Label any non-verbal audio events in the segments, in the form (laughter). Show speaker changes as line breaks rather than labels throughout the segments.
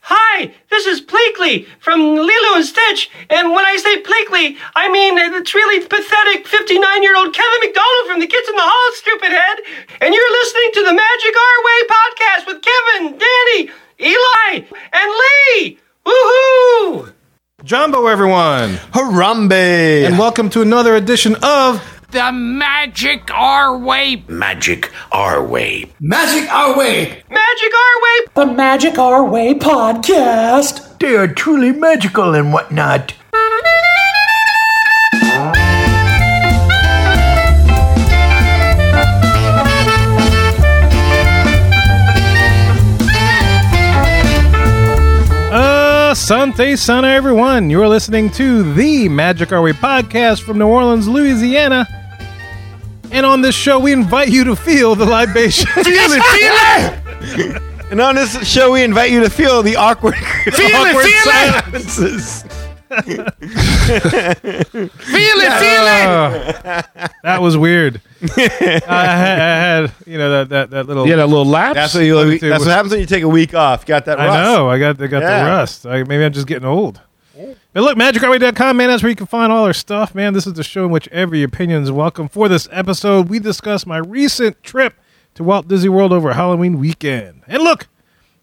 Hi, this is Pleakley from Lilo and Stitch, and when I say Pleakley, I mean it's really pathetic 59 year old Kevin McDonald from the Kids in the Hall, stupid head. And you're listening to the Magic Our Way podcast with Kevin, Danny, Eli, and Lee. Woohoo!
Jumbo, everyone,
Harambe!
and welcome to another edition of
The magic our way.
magic our way.
Magic our way!
Magic Our Way
The Magic Our Way podcast.
They are truly magical and whatnot.
Asante Sana, everyone. You're listening to the Magic Our Way podcast from New Orleans, Louisiana. And on this show, we invite you to feel the libation.
(laughs) Feel it, feel it! and on this show, we invite you to feel the awkward, (laughs) feel awkward silences.
Feel it, feel it.
Uh, that was (laughs) weird. I, had, I had, you know, that, that, that little.
Yeah, that little lapse.
That's what, you, that's what happens when you take a week off. You got that
I
rust.
know. I got I got
Yeah.
the rust. I, maybe I'm just getting old. But look, magicoutway.com, man, that's where you can find all our stuff, man. This is the show in which every opinion is welcome. For this episode, we discuss my recent trip to Walt Disney World over Halloween weekend. And look,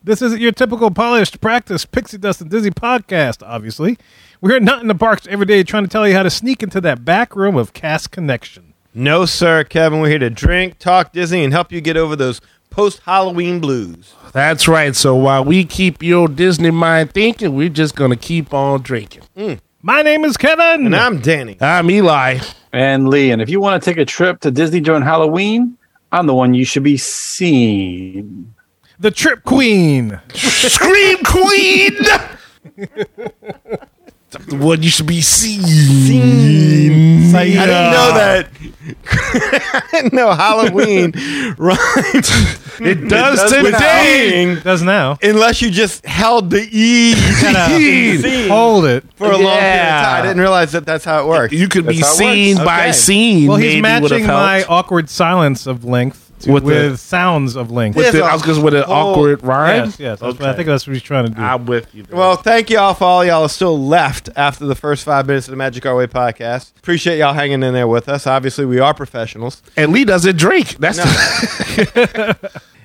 this isn't your typical polished practice pixie dust and Disney podcast, obviously. We're not in the parks every day trying to tell you how to sneak into that back room of Cast Connection.
No, sir, Kevin. We're here to drink, talk Disney, and help you get over those post Halloween blues.
That's right. So while we keep your Disney mind thinking, we're just gonna keep on drinking.
Mm.
My name is Kevin.
And I'm Danny.
I'm Eli.
and Lee. And if you want to take a trip to Disney during Halloween, I'm the one you should be seeing.
the Trip Queen.
Scream Queen. the one you should be seen.
I didn't know that. (laughs) I didn't know Halloween (laughs) rhymes
It does
with
today.
dang
Does now.
unless you just held the (laughs) E
Seen.
Hold it.
for a long period of
Yeah.
time. I didn't realize that that's how it works.
You could be
That's how it
seen
works.
by
Okay.
scene.
Well, he's
maybe would have
matching my
helped.
awkward silence of length to- with,
With the-
sounds of length.
With-
With the- I was just with an
Whole-
awkward rhyme.
yes, yes. that's what- I think that's what he's trying to do.
I'm with you.
Well, thank y'all for all y'all are still left after the first five minutes of the Magic Our Way podcast. Appreciate y'all hanging in there with us. Obviously, we are professionals.
and Lee doesn't drink. That's the-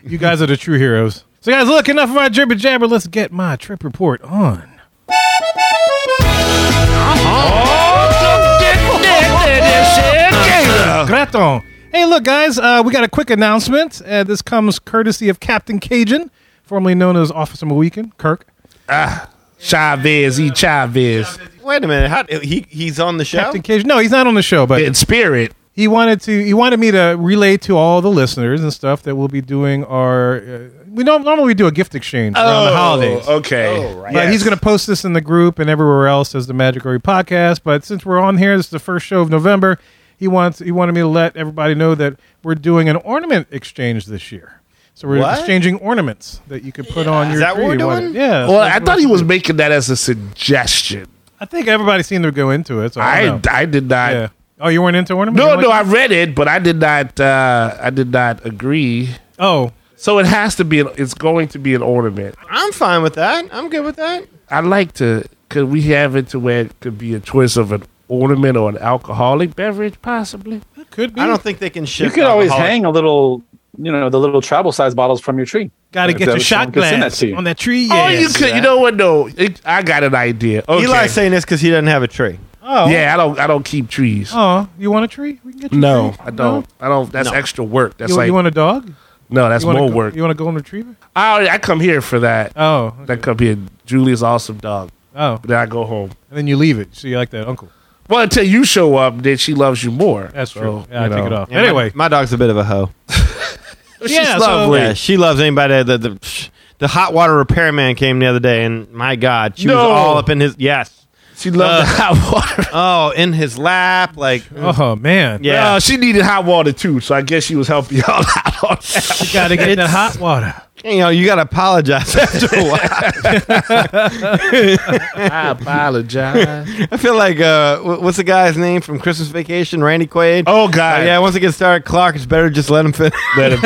you guys are the true heroes. So, guys, look, enough of my jibber jabber. Let's get my trip report on. Graton. Hey, look, guys, uh, we got a quick announcement. Uh, this comes courtesy of Captain Cajun, formerly known as Officer Weekend, Kirk.
(laughs) Oh. Chavez, E. Chavez.
Wait a minute, how, he he's on the show.
Captain Cajun. No, he's not on the show, but
In spirit.
he wanted to he wanted me to relay to all the listeners and stuff that we'll be doing our uh, we don't normally do a gift exchange around the holidays
Oh, Okay.
but he's going to post this in the group and everywhere else as the magic Order podcast but since we're on here this is the first show of november he wants he wanted me to let everybody know that we're doing an ornament exchange this year so we're
What?
exchanging ornaments that you could put on your
that what
tree
we're
you wanted.
doing?
yeah
Well,
that's
I
what
thought
we're
he was
doing.
making that as a suggestion.
i think everybody seemed to go into it so i,
I
don't know.
I did not.
yeah oh you weren't into ornaments You
No,
don't
no,
like-
I read it, but I did not. Uh, I did not agree.
oh
So it has to be. An, it's going to be an ornament.
I'm fine with that. I'm good with that.
I like to. Could we have it to where it could be a choice of an ornament or an alcoholic beverage, possibly?
could be
I don't think they can ship.
You could always
alcohol.
hang a little, you know, the little travel size bottles from your tree.
Got to
If
get
that
your
was
shot
someone could send that
glass
to you.
on that tree.
Oh, you
Yes.
could. You know what? No, it, I got an idea. Okay.
Eli's saying this because he doesn't have a tree.
Oh,
yeah, I don't. I don't keep trees.
Oh, you want a tree? We can get you a
No,
tree.
I don't. I don't. That's extra work. That's
You,
like
you want a dog?
no. That's
You want
more
a, go-
work.
You want a golden retriever?
I I come here for that.
Oh, okay.
That could be a Julie's awesome dog.
oh,
But then I go home.
and then you leave it. So you like that uncle?
Well, until you show up, then she loves you more.
That's
So,
true. yeah,
Oh, you
I take
know.
it off.
Yeah, my-
anyway,
my, dog's a bit of a hoe.
She's
Yeah, so-
lovely.
Yeah, she loves anybody that the psh, the hot water repairman came the other day, and my God, she was
No.
all up in his yes.
She loved
Uh,
the hot water.
Oh, in his lap, like
oh man,
yeah.
Uh, she needed hot water too, so I guess she was helping (laughs) y'all out on that.
you got to get in the hot water.
you know, you got to apologize (laughs) after a while.
I apologize.
I feel like uh, wh- what's the guy's name from Christmas Vacation? Randy Quaid.
Oh
Uh,
(laughs)
God.
yeah. Once it gets started, Clark, it's better just let him finish.
Let him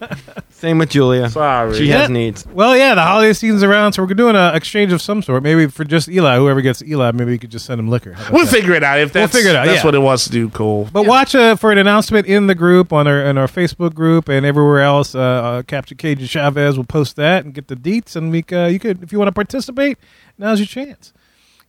finish.
Same with Julia.
Sorry.
She
Yeah.
has needs.
Well, yeah, the holiday season's around, so we're doing an exchange of some sort. Maybe for just Eli, whoever gets Eli, maybe you could just send him liquor. How about
We'll
that?
figure it out. If that's,
figure it out,
that's
yeah.
what it wants to do, cool.
But watch uh, for an announcement in the group on our on our Facebook group and everywhere else. Uh, uh, Captain Cajun Chavez will post that and get the deets, and we uh, you could if you want to participate, now's your chance.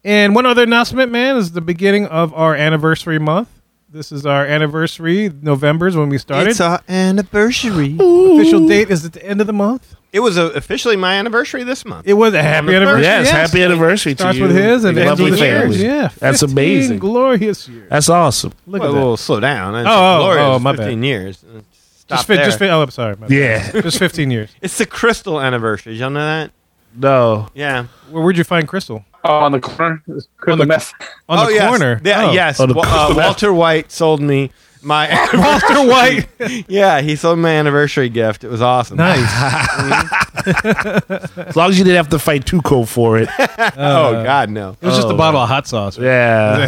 And one other announcement, man, is the beginning of our anniversary month. This is our anniversary. November's when we started.
It's our anniversary.
Official date is at the end of the month.
It was uh officially my anniversary this month.
It was a happy anniversary.
Yes, happy anniversary
Starts
to you.
with his and
Your
ends
lovely
with yours.
family.
Yeah,
That's
15
amazing.
Glorious year.
That's awesome.
Look
well,
at that.
we'll slow down. It's
oh,
glorious.
oh, my bad.
15 years. Uh, Stop
Just, fi-
there.
just fi- oh, I'm sorry. my bad.
Yeah.
just 15 years.
It's the crystal anniversary. Y'all know that?
no.
Yeah.
Where, where'd you find Crystal?
Oh, on the corner, It's
On the-
crystal meth.
On the
yes.
corner.
Yeah,
Oh.
yes.
Oh, the
Wa- uh, Walter White sold me my
(laughs)
(laughs)
Walter White.
Yeah, he sold me my anniversary gift. It was awesome.
nice.
As long as you didn't have to fight Tuco for it.
Oh god, no.
It was just a bottle of hot sauce. right?
(laughs) Yeah.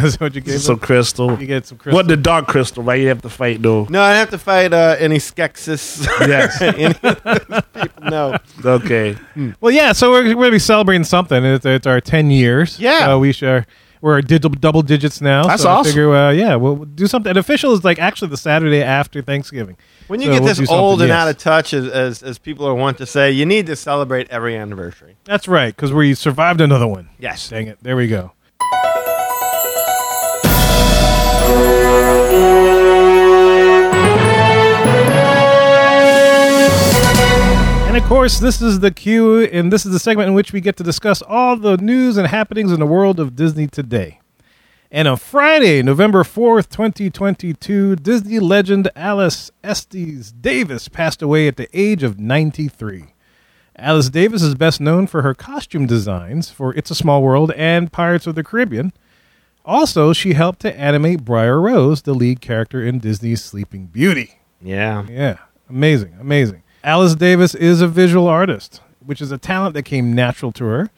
(laughs) That's what you gave
Some
him?
crystal.
You get some Crystal.
What the dark crystal, right? You have to
(laughs)
fight though.
No, I didn't have to fight uh, any Skeksis. (laughs)
Yes.
any of those people. No.
Okay.
well, yeah. So we're, we're gonna be celebrating something. It's, it's our 10 years.
Yeah.
So we share. We're digital double digits now.
That's
so I
awesome.
Figure, uh, yeah, we'll we'll do something. And official is like actually the Saturday after Thanksgiving.
When you
So we'll
get
do
this
something,
old and
yes.
out of touch, as, as, as people are wont to say, you need to celebrate every anniversary.
That's right, because we survived another one.
Yes.
Dang it. There we go. And of course, this is the cue, and this is the segment in which we get to discuss all the news and happenings in the world of Disney today. And on Friday, November 4th, 2022, Disney legend Alice Estes Davis passed away at the age of 93. Alice Davis is best known for her costume designs for It's a Small World and Pirates of the Caribbean. Also, she helped to animate Briar Rose, the lead character in Disney's Sleeping Beauty.
Yeah.
Yeah, amazing, amazing. Alice Davis is a visual artist, which is a talent that came natural to her.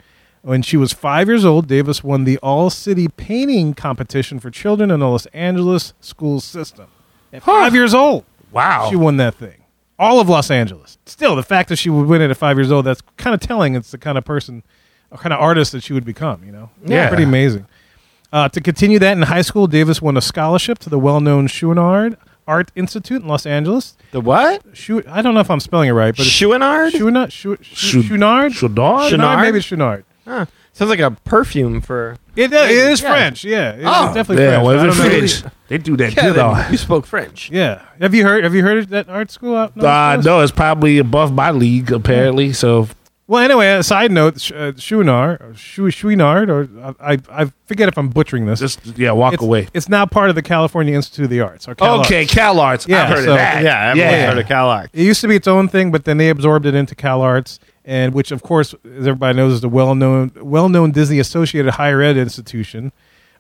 When she was five years old, Davis won the All City Painting Competition for Children in the Los Angeles school system. At five years old.
Wow.
She won that thing. All of Los Angeles. Still, the fact that she would win it at five years old, that's kind of telling. It's the kind of person, or kind of artist that she would become, you know?
Yeah.
Pretty amazing. Uh, to continue that in high school, Davis won a scholarship to the well known Chouinard Art Institute in Los Angeles.
The what?
Chou- I don't know if I'm spelling it right, but it's
Chouinard?
Chouinard? Chou- Chou-
Chou-
Chouinard?
Chouinard?
Chouinard?
Chouinard?
Oh, Maybe it's Chouinard.
Huh. Sounds like a perfume for.
It, it is French, yeah. It-
Oh,
it's definitely
Yeah,
French.
well,
I
if
don't know.
it's French, they do that
Yeah,
good
then
on.
you spoke French.
(laughs) Yeah. Have you heard Have you heard of that art school out north?
Uh, no, it's probably above my league apparently. So
Well, anyway, a side note, Sh- uh, Chouinard, or Chou- Chouinard, or I, I I forget if I'm butchering this.
just yeah, walk
it's,
away.
It's now part of the California Institute of the Arts. Or Cal
Okay,
Arts.
Cal Arts.
Yeah,
I've heard
so-
of that.
Yeah, I've
yeah.
heard of CalArts.
It used to be its own thing, but then they absorbed it into Cal Arts, and which, of course, as everybody knows, is the well-known well-known Disney associated higher ed institution,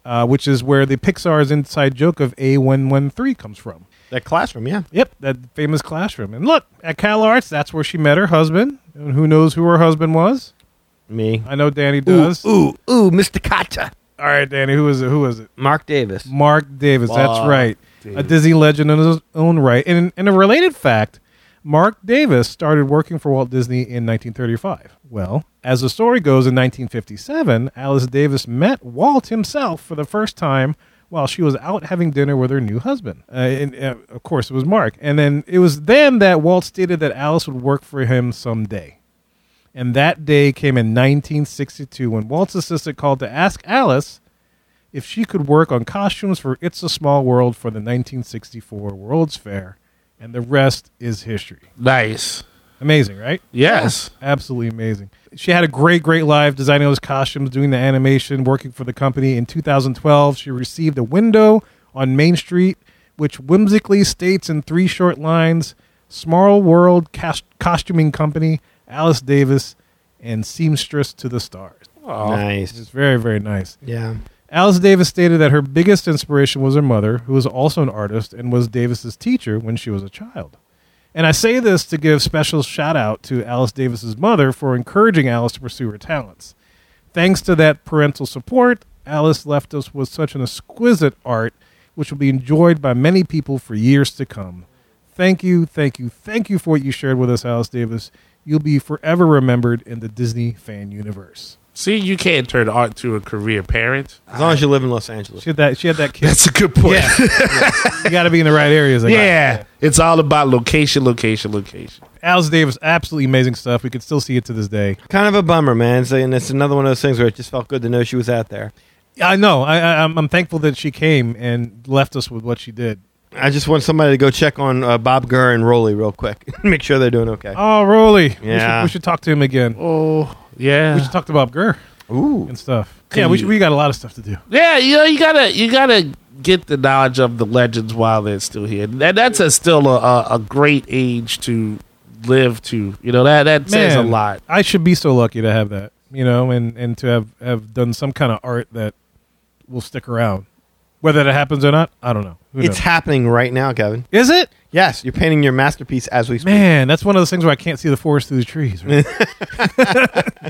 uh, which is where the Pixar's inside joke of A113 comes from.
That classroom, yeah.
Yep, that famous classroom. And look, at Cal Arts, that's where she met her husband. And who knows who her husband was?
Me.
I know Danny does.
Ooh, ooh, Mr. Kata.
All right, Danny, who is it? Who is it?
Mark Davis.
Mark Davis. That's
Mark
right. A Disney legend in his own right. And in a related fact, Mark Davis started working for Walt Disney in 1935. Well, as the story goes, in 1957, Alice Davis met Walt himself for the first time while she was out having dinner with her new husband. Uh, and, uh, of course, it was Mark. And then it was then that Walt stated that Alice would work for him someday. And that day came in 1962 when Walt's assistant called to ask Alice if she could work on costumes for It's a Small World for the 1964 World's Fair, and the rest is history.
Nice.
Amazing, right?
Yes.
Absolutely amazing. She had a great, great life designing those costumes, doing the animation, working for the company. In 2012, she received a window on Main Street, which whimsically states in three short lines Small World Cast- Costuming Company, Alice Davis, and Seamstress to the Stars.
Nice.
It's very, very nice.
Yeah.
Alice Davis stated that her biggest inspiration was her mother, who was also an artist and was Davis's teacher when she was a child. And I say this to give special shout out to Alice Davis's mother for encouraging Alice to pursue her talents. Thanks to that parental support, Alice left us with such an exquisite art which will be enjoyed by many people for years to come. Thank you, thank you, thank you for what you shared with us, Alice Davis. You'll be forever remembered in the Disney fan universe.
See, you can't turn art to a career, parent.
Ah.
As long as you live in Los Angeles.
She had that. She had that kid.
That's a good point. (laughs) Yeah.
you got to be in the right areas. I guess.
It's all about location, location, location.
Alice Davis, absolutely amazing stuff. We can still see it to this day.
Kind of a bummer, man. It's- And it's another one of those things where it just felt good to know she was out there.
I know. I, I, I'm, I'm thankful that she came and left us with what she did.
I just want somebody to go check on uh, Bob Gurr and Rolly real quick. (laughs) Make sure they're doing okay.
Oh, Rolly. We should,
Yeah.
we should talk to him again.
Oh,
We should
yeah,
talk to Bob Gurr
Ooh.
and stuff. Yeah, we, should, we got a lot of stuff to do.
yeah. You know, you gotta, you gotta get the knowledge of the legends while they're still here, and that's a, still a, a, a great age to live to. You know that that says a
Man,
lot.
I should be so lucky to have that, you know, and, and to have, have done some kind of art that will stick around. Whether that happens or not, I don't know. Who
It's
knows?
happening right now, Kevin.
Is it?
Yes, you're painting your masterpiece as we speak.
Man, that's one of those things where I can't see the forest through the trees.
(laughs)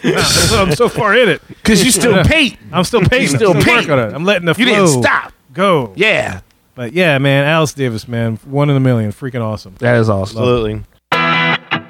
Right? I'm so far in it.
Because you still paint.
I'm still painting.
still
I'm, still
painting.
working on it. I'm letting the
You
flow
didn't stop.
go.
Yeah.
But yeah, man, Alice Davis, man, one in a million, freaking awesome.
That is awesome.
Absolutely.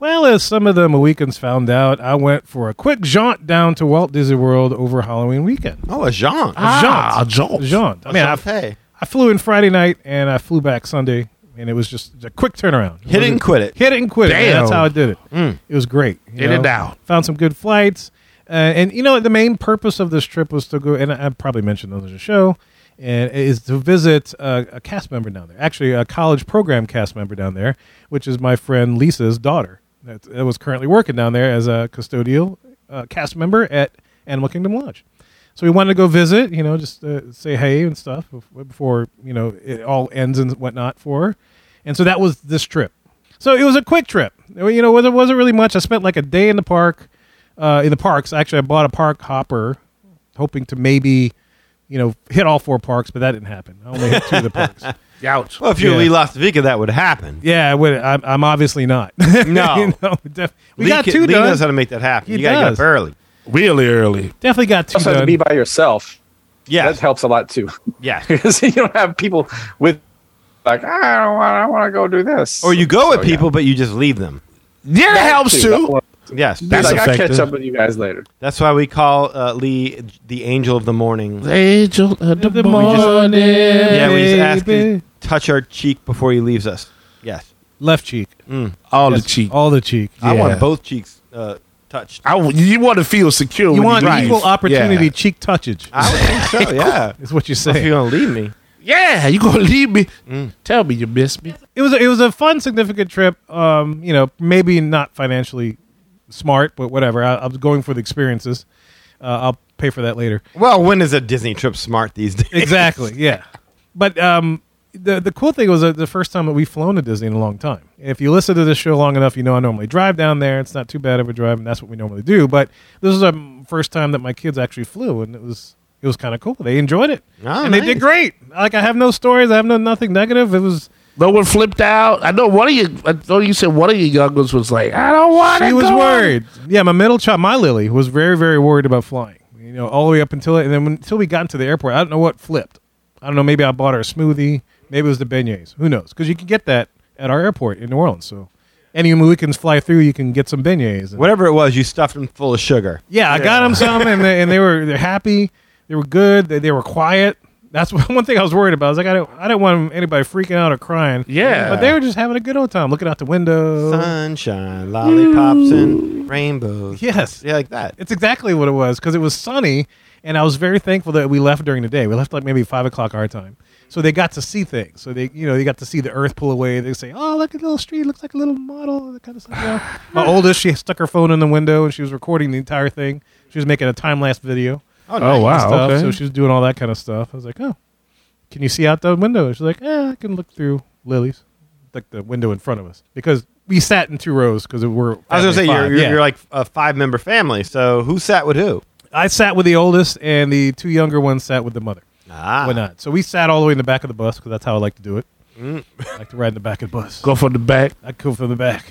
Well, as some of the Mohicans found out, I went for a quick jaunt down to Walt Disney World over Halloween weekend.
Oh, a Jean.
Ah, jolt.
Jaunt. I mean, I,
hey.
I flew in Friday night and I flew back Sunday, and it was just a quick turnaround.
Hit it and quit it.
Hit it and quit it. man.
Damn.
That's how I did it. It was great. you
Mm. In and out.
Found some good flights. Uh, and, you know, the main purpose of this trip was to go, and I I probably mentioned this on the show, and is to visit uh, a cast member down there. Actually, a college program cast member down there, which is my friend Lisa's daughter that, that was currently working down there as a custodial uh, cast member at Animal Kingdom Lodge. So we wanted to go visit, you know, just uh, say hey and stuff bef- before, you know, it all ends and whatnot for her. And so that was this trip. So it was a quick trip. You know, it wasn't- wasn't really much. I spent like a day in the park, uh, in the parks. Actually, I bought a park hopper, hoping to maybe, you know, hit all four parks, but that didn't happen. I only hit two of the parks.
Ouch.
Well, if you're
Yeah.
Lee Lastavica, that would happen.
Yeah, I would, I'm, I'm obviously not. (laughs)
No.
You know, def- we
Lee
got
ca-
two
Lee knows how
done.
to make that happen.
He
you got to get
does.
up early.
Really early.
Definitely got two
also have to be
done.
by yourself.
Yes.
That helps a lot too. (laughs)
Yes.
Because you don't have people with like I don't want I want to go do this.
Or you go with
So,
people, but you just leave them.
Yeah, that helps
That's
too.
one-
Yes.
That's
That's,
like I'll catch
effective.
up with you guys later.
that's why we call uh, Lee the angel of the morning.
Angel of uh, the,
The
morning.
morning,
Yeah, we just ask
baby.
you to touch our cheek before he leaves us. Yes.
Left cheek.
All
Yes, Oh.
the cheek.
All the cheek.
I
Yeah.
want both cheeks uh, touched.
I w- you want to feel secure.
You
when
want
leave.
equal opportunity
Yeah.
cheek touchage.
I would think so, yeah.
is what you
(laughs) if you're
say.
going to leave me.
Yeah, you gonna (laughs) leave me? Tell me you miss me.
It was a, it was a fun, significant trip. Um, you know, maybe not financially smart, but whatever. I, I was going for the experiences. Uh, I'll pay for that later.
Well, when is a Disney trip smart these days?
Exactly. yeah. But um, the the cool thing was that the first time that we've flown to Disney in a long time. If you listen to this show long enough, you know I normally drive down there. It's not too bad of a drive, and that's what we normally do. But this was the first time that my kids actually flew, and it was it was kind of cool. They enjoyed it,
Oh,
and they did
nice.
great. Like I have no stories. I have no nothing negative. It was.
No one flipped out. I know one of you. I know you said one of your young ones was like, I don't want.
she was worried. Yeah, my middle child, my Lily, was very, very worried about flying. You know, all the way up until and then when, until we got into the airport, I don't know what flipped. I don't know. Maybe I bought her a smoothie. Maybe it was the beignets. Who knows? Because you can get that at our airport in New Orleans. So any weekends fly through, you can get some beignets. And-
Whatever it was, you stuffed them full of sugar.
yeah, I got them some, and they, and they were they're happy. They were good. They, they were quiet. That's (laughs) one thing I was worried about. I was like, I don't, I don't want anybody freaking out or crying.
Yeah.
but they were just having a good old time, looking out the window.
Sunshine, lollipops, and rainbows.
Yes,
Yeah, like that.
It's exactly what it was because it was sunny, and I was very thankful that we left during the day. We left like maybe five o'clock our time, so they got to see things. So they, you know, they got to see the Earth pull away. They say, "Oh, look at the little street. Looks like a little model." That kind of stuff. you know.
(laughs)
My oldest, she stuck her phone in the window and she was recording the entire thing. She was making a time lapse video.
Oh,
Oh
nice.
wow.
stuff.
okay.
So she was doing all that kind of stuff. I was like, "Oh, can you see out the window?" She's like, "Yeah, I can look through lilies, like the window in front of us because." We sat in two rows because we're.
I was gonna say
family
you're,
five.
you're,
Yeah.
you're like a five member family, so who sat with who?
I sat with the oldest, and the two younger ones sat with the mother.
Ah,
Why not? So we sat all the way in the back of the bus because that's how I like to do it. I like to ride in the back of the bus.
Mm. Go Mm. from the back.
I go from the back.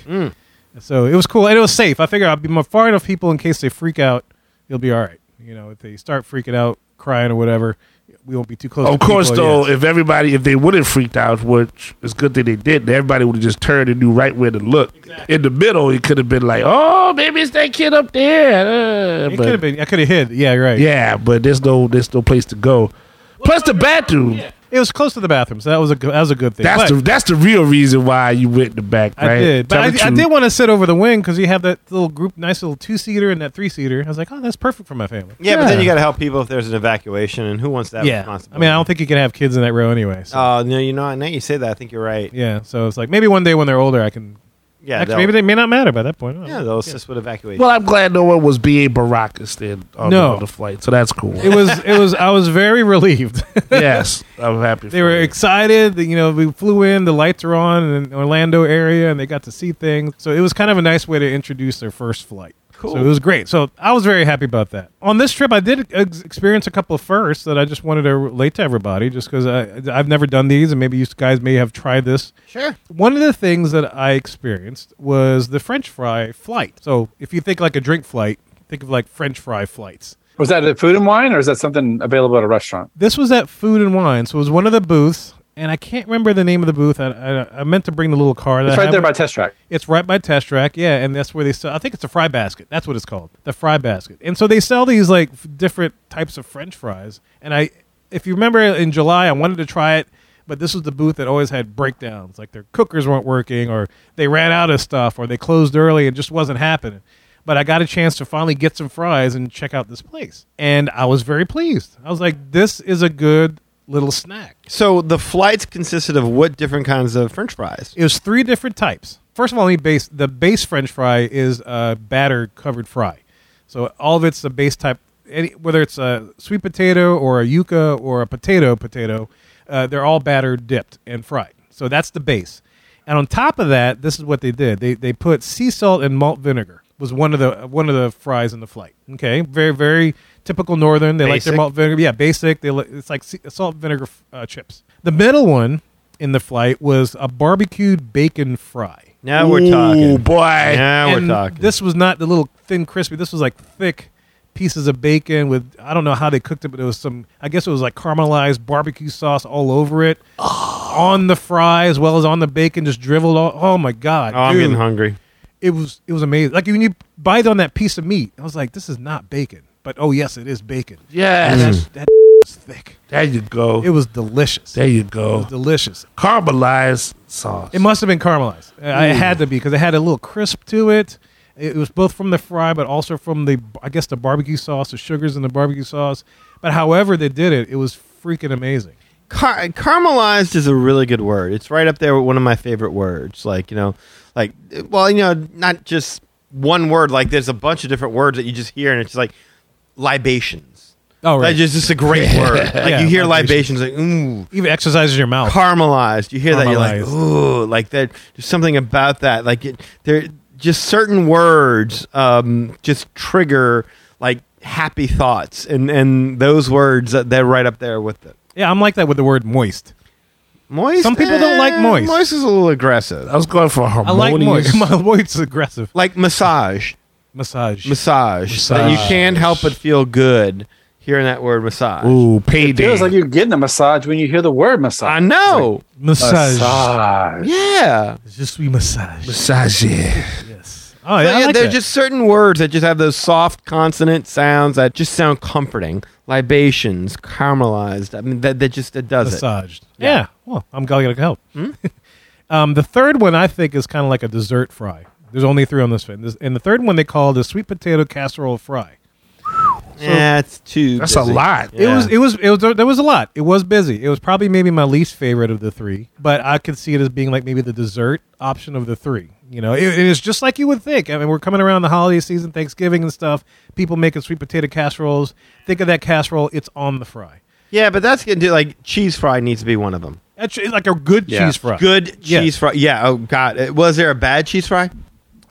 So it was cool, and it was safe. I figure I'll be more- far enough people in case they freak out, it'll be all right. You know, if they start freaking out, crying or whatever, we won't be too close.
Of
to
course,
people
though,
yet.
if everybody, if they would have freaked out, which is good that they did, everybody would have just turned and knew right where to look. In the middle, it could have been like, oh, maybe it's that kid up there. Uh,
it
but-
could have been. I could have hid. Yeah, you're right.
Yeah, but there's no there's no place to go. Plus the bathroom.
it was close to the bathroom, so that was a good, that was a good thing.
That's
But
the that's the real reason why you went in the back.
I
Right?
did, but
Tell
I,
the
I
truth.
did want to sit over the wing because you have that little group, nice little two seater and that three seater. I was like, oh, that's perfect for my family.
Yeah, but then you got to help people if there's an evacuation, and who wants that
I
responsibility?
mean, I don't think you can have kids in that row anyway. So.
Oh no, you know, now you say that, I think you're right.
yeah, so it's like maybe one day when they're older, I can.
Yeah,
actually,
they'll-
maybe they may not matter by that point. I don't know.
yeah, they'll assist with evacuation.
Well, I'm glad no one was B.A. Baracus then on,
No.
the, on the flight, so that's cool.
it was it was I was very (laughs) relieved.
(laughs) yes, I'm happy.
they
for
were
you.
excited. that, You know, we flew in, the lights are on in the Orlando area, and they got to see things. So it was kind of a nice way to introduce their first flight. Cool. So it was great. So I was very happy about that. On this trip, I did ex- experience a couple of firsts that I just wanted to relate to everybody, just because I've never done these, and maybe you guys may have tried this. Sure. One of the things that I experienced was the French fry flight. So if you think like a drink flight, think of like French fry flights.
Was that at Food and Wine, or is that something available at a restaurant?
this was at Food and Wine, so it was one of the booths, and I can't remember the name of the booth. I, I, I meant to bring the little car. That
It's
I
right there
have.
by Test Track.
It's right by Test Track, yeah, and that's where they sell. I think it's a fry basket. That's what it's called, the fry basket. And so they sell these like f- different types of French fries. And I, if you remember in July, I wanted to try it, but this was the booth that always had breakdowns, like their cookers weren't working, or they ran out of stuff, or they closed early and just wasn't happening. But I got a chance to finally get some fries and check out this place, and I was very pleased. I was like, this is a good little snack.
so the flights consisted of what different kinds of French fries?
It was three different types. First of all, let me base the base French fry is a batter covered fry, so all of it's the base type. Any, whether it's a sweet potato or a yuca or a potato potato, uh, they're all batter dipped and fried. So that's the base. And on top of that, this is what they did. They they put sea salt and malt vinegar was one of the one of the fries in the flight. Okay, very very typical northern. They like their
Basic.
malt vinegar. Yeah, basic. They li- it's like sea- salt vinegar uh, chips. The middle one in the flight was a barbecued bacon fry.
Now we're
Ooh,
talking.
boy.
Now we're
And
talking.
This was not the little thin crispy. This was like thick pieces of bacon with I don't know how they cooked it, but it was some. I guess it was like caramelized barbecue sauce all over
(gasps)
it, on the fry as well as on the bacon, just dribbled. All, oh my god!
oh, I'm
dude.
getting hungry.
It was it was amazing. Like when you bite on that piece of meat, I was like, this is not bacon, but oh yes, it is bacon.
Hmm.
Yes,
That (laughs) was thick.
there you go.
It was delicious.
there
It
you
was
go.
delicious.
Caramelized sauce.
It must have been caramelized. I It had to be because it had a little crisp to it. It was both from the fry, but also from the I guess the barbecue sauce, the sugars in the barbecue sauce. But however they did it, it was freaking amazing.
Car- caramelized is a really good word. It's right up there with one of my favorite words. Like you know, like well, you know, not just one word. Like there's a bunch of different words that you just hear, and it's just like libations.
Oh right,
Like just just a great word.
(laughs)
Like
Yeah,
you hear
libations.
libations, like ooh,
even exercises your mouth.
caramelized. You hear that, you're like
Caramelized.
ooh, like that. There's something about that. Like it, there, just certain words um, just trigger like happy thoughts, and and those words uh, they're right up there with it.
yeah, I'm like that with the word moist.
Moist.
Some people don't like
eh,
moist.
Moist is a little aggressive.
I was going for
I like
harmonious.
moist. (laughs) My moist's aggressive.
like massage,
Massage.
massage. That you can't help but feel good hearing that word massage.
Ooh,
It
payday.
feels like you're getting a massage when you hear the word massage.
I know.
massage.
Massage.
yeah.
Just we massage.
Massage.
Yes. Oh yeah,
But
I
yeah,
like
there are
that.
just certain words that just have those soft consonant sounds that just sound comforting. Libations, caramelized. I mean, that, that just it does it.
massaged. Yeah. Well, I'm glad I could help. (laughs) um, the third one I think is kind of like a dessert fry. There's only three on this one. This- And the third one they call the sweet potato casserole fry.
yeah, it's too.
That's
busy.
a lot.
It was it was it was there was a lot. It was busy. It was probably maybe my least favorite of the three, but I could see it as being like maybe the dessert option of the three. You know, it, it is just like you would think. I mean, we're coming around the holiday season, Thanksgiving and stuff. People making sweet potato casseroles. Think of that casserole. It's on the fry.
Yeah, but that's getting to like cheese fry needs to be one of them.
That's it's like a good
Yeah.
cheese fry.
Good
Yeah.
cheese fry. Yeah. Oh God, Uh, was there a bad cheese fry?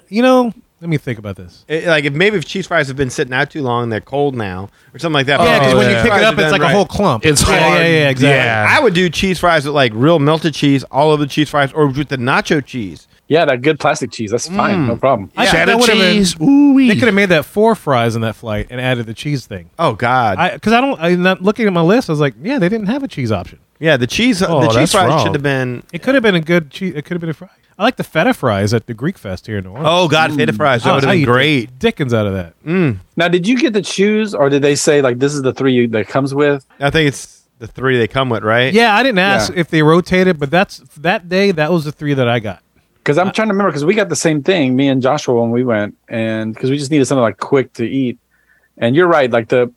You know, let me think about this.
It- like if maybe if cheese fries have been sitting out too long, they're cold now or something like that.
Yeah, because
Oh,
when
yeah.
you pick it up, it's like a whole
clump.
clump.
It's
yeah,
hard.
Yeah, yeah, exactly.
Yeah.
I would do cheese fries with like real melted cheese all over the cheese fries, or with the nacho cheese.
Yeah, that good plastic cheese. That's fine.
Mm.
No problem.
I think
Cheddar
that would've been-
cheese. Ooh
They could
wee.
have made that four fries in that flight and added the cheese thing.
Oh God.
I because I don't. I'm not looking at my list. I was like, yeah, they didn't have a cheese option.
yeah, the cheese.
Oh,
the cheese
that's
fries
wrong.
should have been.
It could have been a good cheese. It could have been a fry. I like the feta fries at the Greek Fest here in New Orleans.
Oh God, feta fries. That
Oh,
would
how
have been
you
great. Mm.
Dickens out of that.
Now, did you get the choose, or did they say like this is the three that comes with?
I think it's the three they come with, right?
Yeah, I didn't ask if they rotated, but that's that day. That was the three that I got.
Because I'm trying to remember. Because we got the same thing, me and Joshua, when we went, and because we just needed something like quick to eat. And you're right. Like the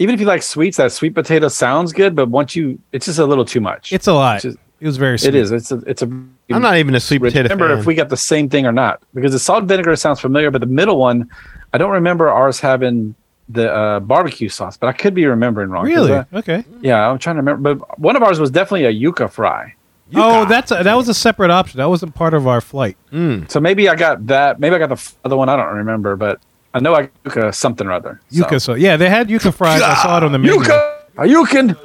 even if you like sweets, that sweet potato sounds good, but once you, it's just a little too much.
It's a lot.
Just-
it was very. Sweet.
it is. It's a. It's a.
I'm not even a sweet potato.
remember
fan.
if we got the same thing or not because the salt and vinegar sounds familiar but the middle one i don't remember ours having the uh, barbecue sauce but i could be remembering wrong 'cause
really
I-
okay.
yeah i'm trying to remember but one of ours was definitely a yuca fry
Oh, that's a, that was a separate option. That wasn't part of our flight.
so maybe i got that maybe i got the f- other one i don't remember but i know i got yuca something or other so.
Yuca, so yeah, they had yuca fries. I saw it on the menu.
yuca are you can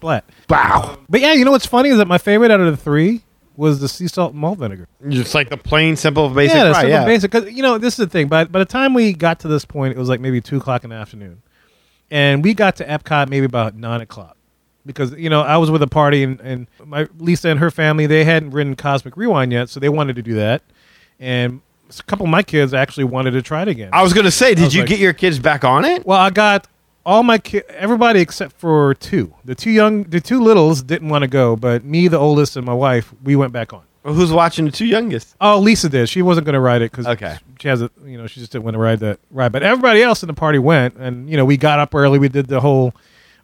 Flat.
Wow.
But yeah, you know what's funny is that my favorite out of the three was the sea salt and malt vinegar.
just like the plain, simple, basic
yeah,
fry.
the simple
yeah.
basic. 'cause, you know, this is the thing. By by the time we got to this point, it was like maybe two o'clock in the afternoon, and we got to Epcot maybe about nine o'clock because you know I was with a party and, and my Lisa and her family they hadn't ridden Cosmic Rewind yet, so they wanted to do that, and a couple of my kids actually wanted to try it again.
I was gonna say, did
was
you
like-
get your kids back on it?
Well, I got all my ki- everybody except for two. The two young, the two littles didn't want to go, but me, the oldest, and my wife, we went back on.
Well, who's watching the two youngest?
Oh, Lisa did. She wasn't going to ride it because
Okay.
she has a you know she just didn't want to ride that ride. But everybody else in the party went, and you know we got up early. We did the whole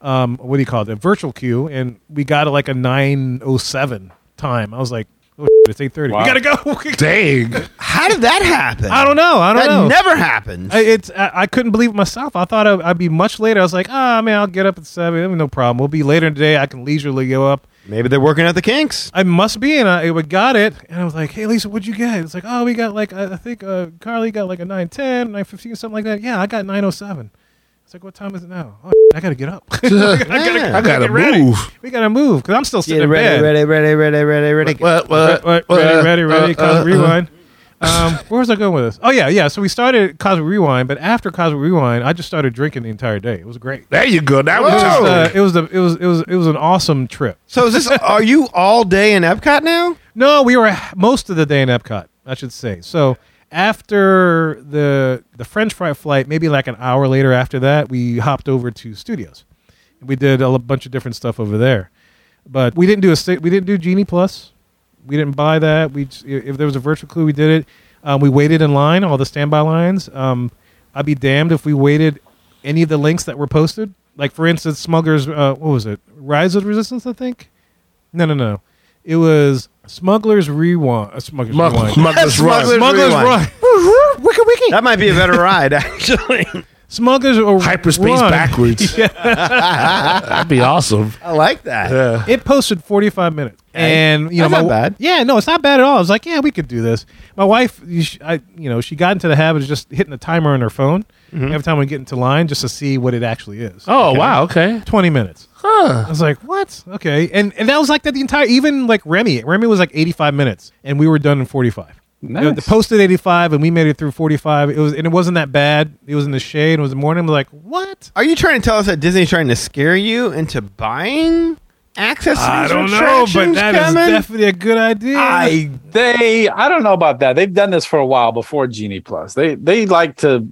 um, what do you call it, the virtual queue, and we got to like a nine oh seven time. I was like, oh, shit, it's eight thirty.
Wow.
We gotta go. (laughs)
Dang.
How did that happen?
I don't know. I don't
That
know.
never happens.
I, it's I, I couldn't believe it myself. I thought I, I'd be much later. I was like, ah, man, I'll get up at seven. It'll be No problem. We'll be later today. I can leisurely go up.
Maybe they're working at the Kinks.
I must be, and I, I got it. And I was like, hey, Lisa, what'd you get? It's like, oh, we got like I I think uh, Carly got like a 910, 915, something like that. Yeah, I got 907. It's like, what time is it now? Oh, (laughs) I gotta get up. I gotta,
I
gotta
get ready.
move.
We gotta move because I'm still sitting in bed.
ready, ready, ready, ready.
What, what,
Right,
what,
ready, ready,
uh,
ready.
uh,
Cosmic
uh,
Rewind. Um, where was I going with this? Oh yeah, yeah. So we started at Cosmic Rewind, but after Cosmic Rewind, I just started drinking the entire day. It was great.
There you go. That was
It was,
just,
uh, it was the it was it was it was an awesome trip.
So is this? Are you all day in Epcot now?
No, we were most of the day in Epcot, I should say. So after the the French fry flight, maybe like an hour later after that, we hopped over to Studios. We did a l- bunch of different stuff over there, but we didn't do a sta- we didn't do Genie Plus. We didn't buy that. We just, i- if there was a virtual clue, we did it. Um, we waited in line, all the standby lines. Um, I'd be damned if we waited any of the links that were posted. Like for instance, Smuggler's uh, what was it? Rise of the Resistance, I think. No, no, no. It was Smuggler's Rewind. Uh, Smuggler's
Mug-
Rewind.
Muggler's Run.
Smuggler's
Smuggler's
Rewind.
Run. Woo, woo, (laughs) Wiki wiki.
That might be a better (laughs) ride, actually.
Smuggler's uh,
Hyperspace
Run. (laughs)
backwards. That'd be awesome.
I like that.
It posted 45 minutes, and you know,
That's
my-
not bad.
Yeah, no, it's not bad at all. I was like, yeah, we could do this. My wife, you sh- I, you know, she got into the habit of just hitting the timer on her phone
Mm-hmm.
every time we get into line just to see what it actually is.
Oh, wow. Okay.
20 minutes. Huh. I was like, what? Okay, and and that was like that the entire even like Remy. Remy was like 85 minutes, and we were done in 45.
Nice.
You know, they posted 85, and we made it through 45. It was and it wasn't that bad. It was in the shade. It was in the morning. I'm like, what?
Are you trying to tell us that Disney's trying to scare you into buying access to these
I don't know, but
attractions
that is
coming?
definitely a good idea.
I they I don't know about that. They've done this for a while before Genie Plus. They they like to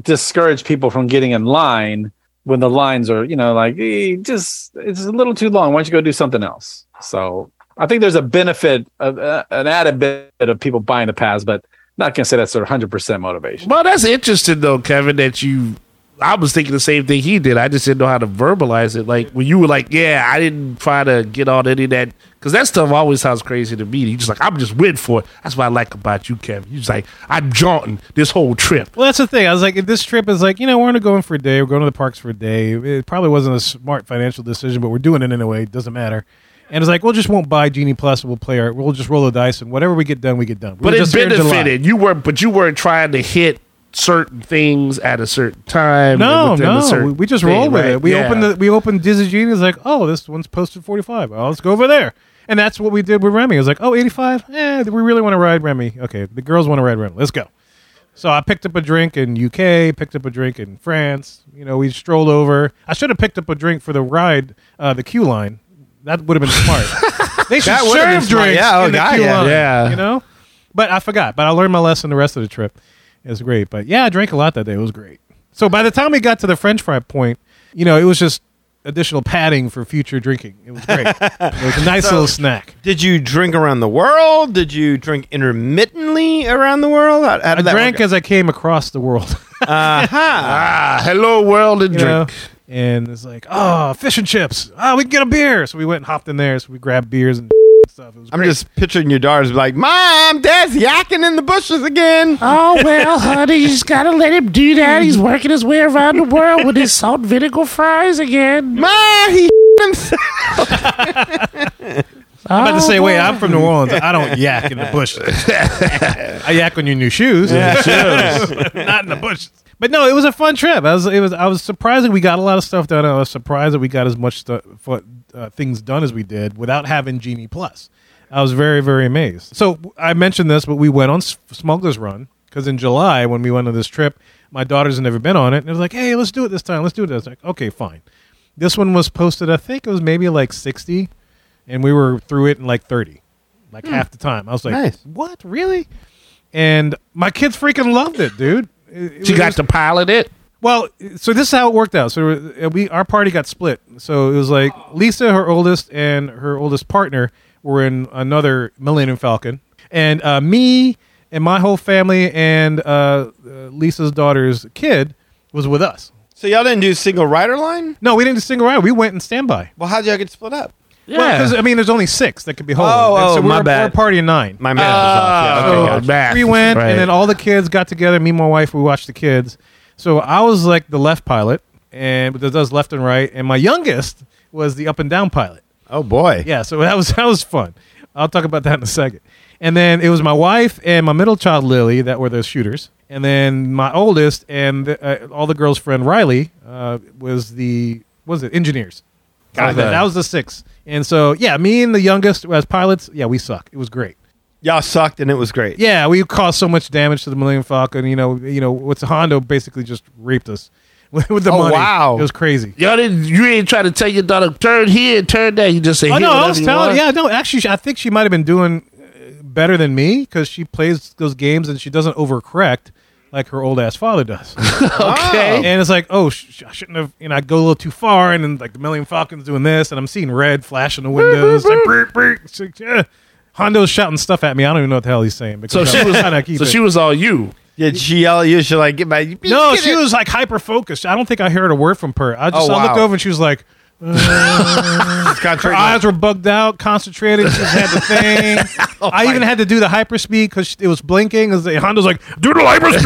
discourage people from getting in line when the lines are, you know, like eh, just it's a little too long. Why don't you go do something else? So I think there's a benefit, of, uh, an added benefit of people buying the pass, but not gonna say that's their hundred percent motivation.
Well, that's interesting though, Kevin. That you, I was thinking the same thing he did. I just didn't know how to verbalize it. Like when you were like, "Yeah, I didn't try to get on any of that," because that stuff always sounds crazy to me. You just like, I'm just went for it. That's what I like about you, Kevin. You just like, I'm jaunting this whole trip.
Well, that's the thing. I was like, if this trip is like, you know, we're only going for a day. We're going to the parks for a day. It probably wasn't a smart financial decision, but we're doing it anyway. It doesn't matter. And it's like, we'll just won't buy Genie Plus. We'll play our, we'll just roll the dice, and whatever we get done, we get done. We
But
were
it
just here in July.
benefited you were, but you weren't trying to hit certain things at a certain time. and
No,
within a
no,
certain
we- we just
thing,
rolled with
right?
it. We
Yeah.
opened the, we opened Disney Genie. It's like, oh, this one's posted forty five. Oh, let's go over there. And that's what we did with Remy. It was like, oh, 85? Eh, we really want to ride Remy. Okay, the girls want to ride Remy. Let's go. So I picked up a drink in UK, picked up a drink in France. You know, we strolled over. I should have picked up a drink for the ride, uh, the queue line. That would have been
(laughs)
smart. they should
That would've been
serve
smart.
drinks
Yeah, oh,
in the
God,
queue
yeah.
line.
Yeah.
You know? But I forgot. But I learned my lesson the rest of the trip. It was great. But yeah, I drank a lot that day. It was great. So by the time we got to the French fry point, you know, it was just additional padding for future drinking. It was
(laughs)
great. it was a nice little snack.
Did you drink around the world? Did you drink intermittently around the world? How, how
I
did that
drank
work
as I came across the world. (laughs)
out? Aha.
Ah, hello world and
you know?
drink.
And it's like, oh, fish and chips. Oh, we can get a beer. So we went and hopped in there. So we grabbed beers and stuff. It was
I'm
great.
just picturing your daughters be like, Mom, Dad's yakking in the bushes again.
Oh, well, honey, you just gotta let him do that. He's working his way around the world with his salt vinegar fries again.
(laughs) Ma, he (laughs) himself.
I'm about to say, wait, I'm from New Orleans. I don't yak in the bushes.
(laughs)
I yak on your new shoes. (laughs) Not in the bushes. But no, it was a fun trip. I was, it was, I was surprised that we got a lot of stuff done. I was surprised that we got as much stuff, uh, things done as we did without having Genie Plus. I was very, very amazed. So I mentioned this, but we went on S- Smuggler's Run because in July when we went on this trip, my daughter's had never been on it, and it was like, hey, let's do it this time. Let's do it. I was like, okay, fine. This one was posted. I think it was maybe like sixty and we were through it in like 30 like half the time i was like
Nice.
what really and my kids freaking loved it dude It- it
She
was
got
just-
to pilot it.
well so this is how it worked out so uh, we our party got split so it was like lisa her oldest and her oldest partner were in another millennium falcon and uh, me and my whole family and uh, uh, lisa's daughter's kid was with us
So y'all didn't do single rider line?
no we didn't do single ride we went in standby
Well, how'd y'all get split up?
yeah. because i mean there's only six that could be whole
Oh,
And
oh,
so we
my
were,
bad.
we're a party of nine
My math was off. Yeah,
Oh,
okay, gotcha.
math.
we went,
Right.
and then all the kids got together. Me and my wife, we watched the kids. So I was like the left pilot, and that does left and right. And my youngest was the up and down pilot.
Oh, boy.
Yeah, so that was (laughs) that was fun. I'll talk about that in a second. And then it was my wife and my middle child Lily that were the shooters, and then my oldest and uh, all the girls' friend Riley uh, was the what was it engineers. God, that, that was the six. And so yeah, me and the youngest as pilots, yeah, we suck. It was great.
Y'all sucked and it was great.
Yeah, we caused so much damage to the Millennium Falcon. You know, you know, what's Hondo basically just raped us (laughs) with with the
Oh,
money.
wow.
it was crazy.
Y'all didn't. You ain't trying to tell your daughter turn here and turn there. You just say.
Oh
"Here,
no, I
whatever
was
you
telling.
want."
Yeah, no, actually, I think she might have been doing uh, better than me because she plays those games and she doesn't overcorrect like her old ass father
(laughs)
does.
Okay.
and it's like, oh, sh- sh- I shouldn't have. You know, I go a little too far, and then like the Millennium Falcon's doing this, and I'm seeing red flash in the
(laughs)
windows. like, (laughs) "Beep, beep." It's like, yeah. Hondo's shouting stuff at me. I don't even know what the hell he's saying.
So
because
she
I'm
was.
trying to keep
so
it.
she was all you.
Did she yell at you? She like, get my.
No, she was like hyper focused. I don't think I heard a word from her. I just
Oh,
I looked
wow.
over and she was like, her
Contrary
eyes were bugged out, concentrated. She just had the
(laughs)
thing.
Oh,
I even had to do the hyperspeed because it was blinking. It was, Honda's like, do the hyperspeed, do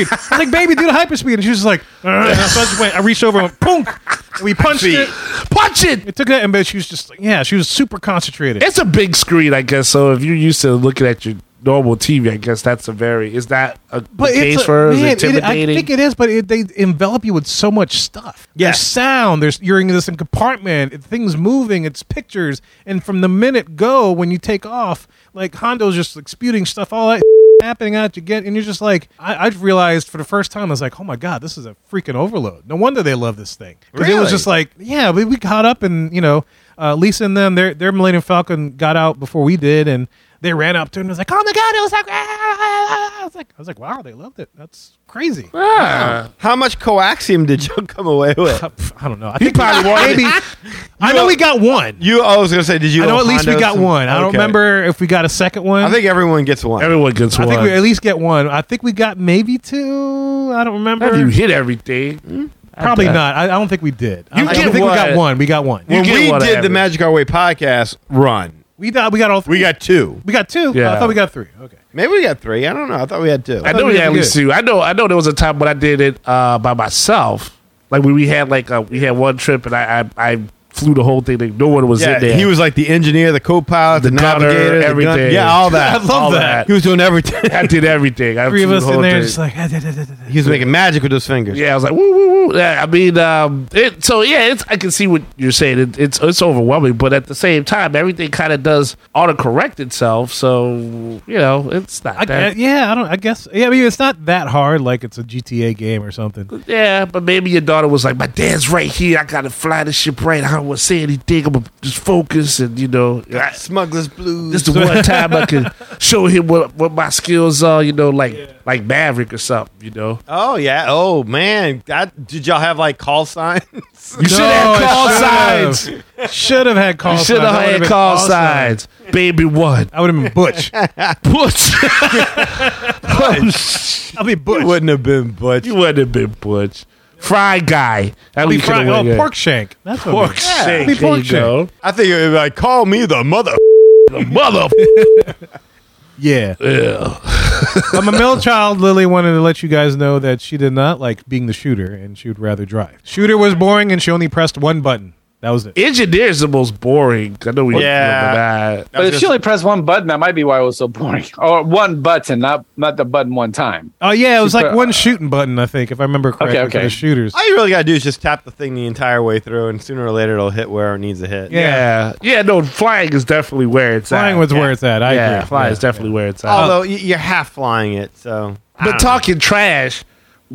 the hyperspeed. I was like, baby, do the hyperspeed. And she was just like, "Uh," and I, so I just went, I reached over and went, boom. And we punched it.
Punch it.
It took that, and but she was just like, yeah, she was super concentrated.
It's a big screen, I guess. So if you're used to looking at your normal TV, I guess that's a very. Is that a
But
case
it's a-
for her? Is
man,
it
it- I
intimidating?
think it is, but it, they envelop you with so much stuff. There's
Yes.
sound. There's you're in this compartment. it- things moving. It's pictures, and from the minute go when you take off, like Hondo's just like spewing stuff all that happening at you get, and you're just like, I, I realized for the first time, I was like, oh my god, this is a freaking overload. No wonder they love this thing because it was
Really?
just like, yeah, we, we caught up, and you know, uh, Lisa and them, their their Millennium Falcon got out before we did, and. They ran up to him and was like, "Oh my god!" It was like, "Ah." I was like, "I was like, wow, they loved it. That's crazy."
How much coaxium did you (laughs) come away
(laughs)
with?
Uh, I don't know. I think probably maybe. (laughs) I know
You-
we got one.
You, I was gonna say, did you?
I know
owe
at least we
Hondo
got
some-
one. I don't
Okay.
remember if we got a second one.
I think everyone gets one.
Everyone gets
I
one.
think we at least get one. I think we got maybe two. I don't remember.
If you hit everything.
Probably not. I, I don't think we did. I,
You
I
get
don't think we got
one.
one. We got one.
You
when
get
we
one
did the
average.
Magic Our Way podcast run,
We got we got all three.
we got two.
we got two.
Yeah.
I thought we got three. Okay.
Maybe we got three. I don't know. I thought we had two.
I know
Oh, we
we had at
did.
least two. I know. I know there was a time when I did it uh, by myself. Like when we had like a, we had one trip and I I, I flew the whole thing. Like, no one was
Yeah,
in there.
he was like the engineer, the co-pilot, the,
The gunner,
navigator, the gun-
everything.
yeah, all that.
I
(laughs)
love
All
that.
He was doing everything. (laughs)
I did everything. I
Three of
flew
us
the whole
in there,
thing.
just like (laughs) ah, da, da, da, da, da.
He was making magic with those fingers.
Yeah, I was like, woo, woo, woo. Yeah, I mean, um, it, so yeah, it's, I can see what you're saying. It, it's it's overwhelming, but at the same time, everything kind of does auto correct itself. So you know, it's not
I,
that.
yeah, I don't. I guess. Yeah, I mean, it's not that hard. Like it's a GTA game or something.
yeah, but maybe your daughter was like, my dad's right here. I gotta fly this ship right. I don't want to say anything. I'm gonna just focus, and you know, I,
Smuggler's blues.
This is the one time I could show him what, what my skills are, you know, like like Maverick or something, you know.
oh yeah. Oh man. That, did y'all have like call signs?
You should have call signs.
signs. Should have had call
You
signs.
should
That
have
would've
had
been
call
awesome.
signs. Baby one. (laughs)
I would have been Butch.
Butch.
I'll be Butch.
Wouldn't have been Butch.
you wouldn't have been Butch. Fry guy. That
I'll be
we coulda
fry-
went
oh,
with.
pork shank. That's what
Pork
it is.
shank.
Be
There
pork
you go.
(laughs) I think it would be like call me the mother.
The mother.
Yeah.
Yeah.
I'm a male child. Lily wanted to let you guys know that she did not like being the shooter and she would rather drive. Shooter was boring and she only pressed one button. That was it.
Engineer is the most boring. I know we
Yeah.
remember that.
I
But
was
if she
gonna
only pressed one button, that might be why it was so boring. (laughs) Or one button, not not the button one time.
Oh yeah, it was like
pre-
one shooting button, I think, if I remember correctly.
Okay,
For
okay.
the shooters.
All you really gotta do is just tap the thing the entire way through, and sooner or later it'll hit where it needs to hit.
Yeah. yeah. no, flying is definitely where it's at.
Flying was where it's at. I
yeah,
agree.
flying
Yeah.
is definitely where it's at.
Although y- you're half flying it, so I
but
don't know.
talking trash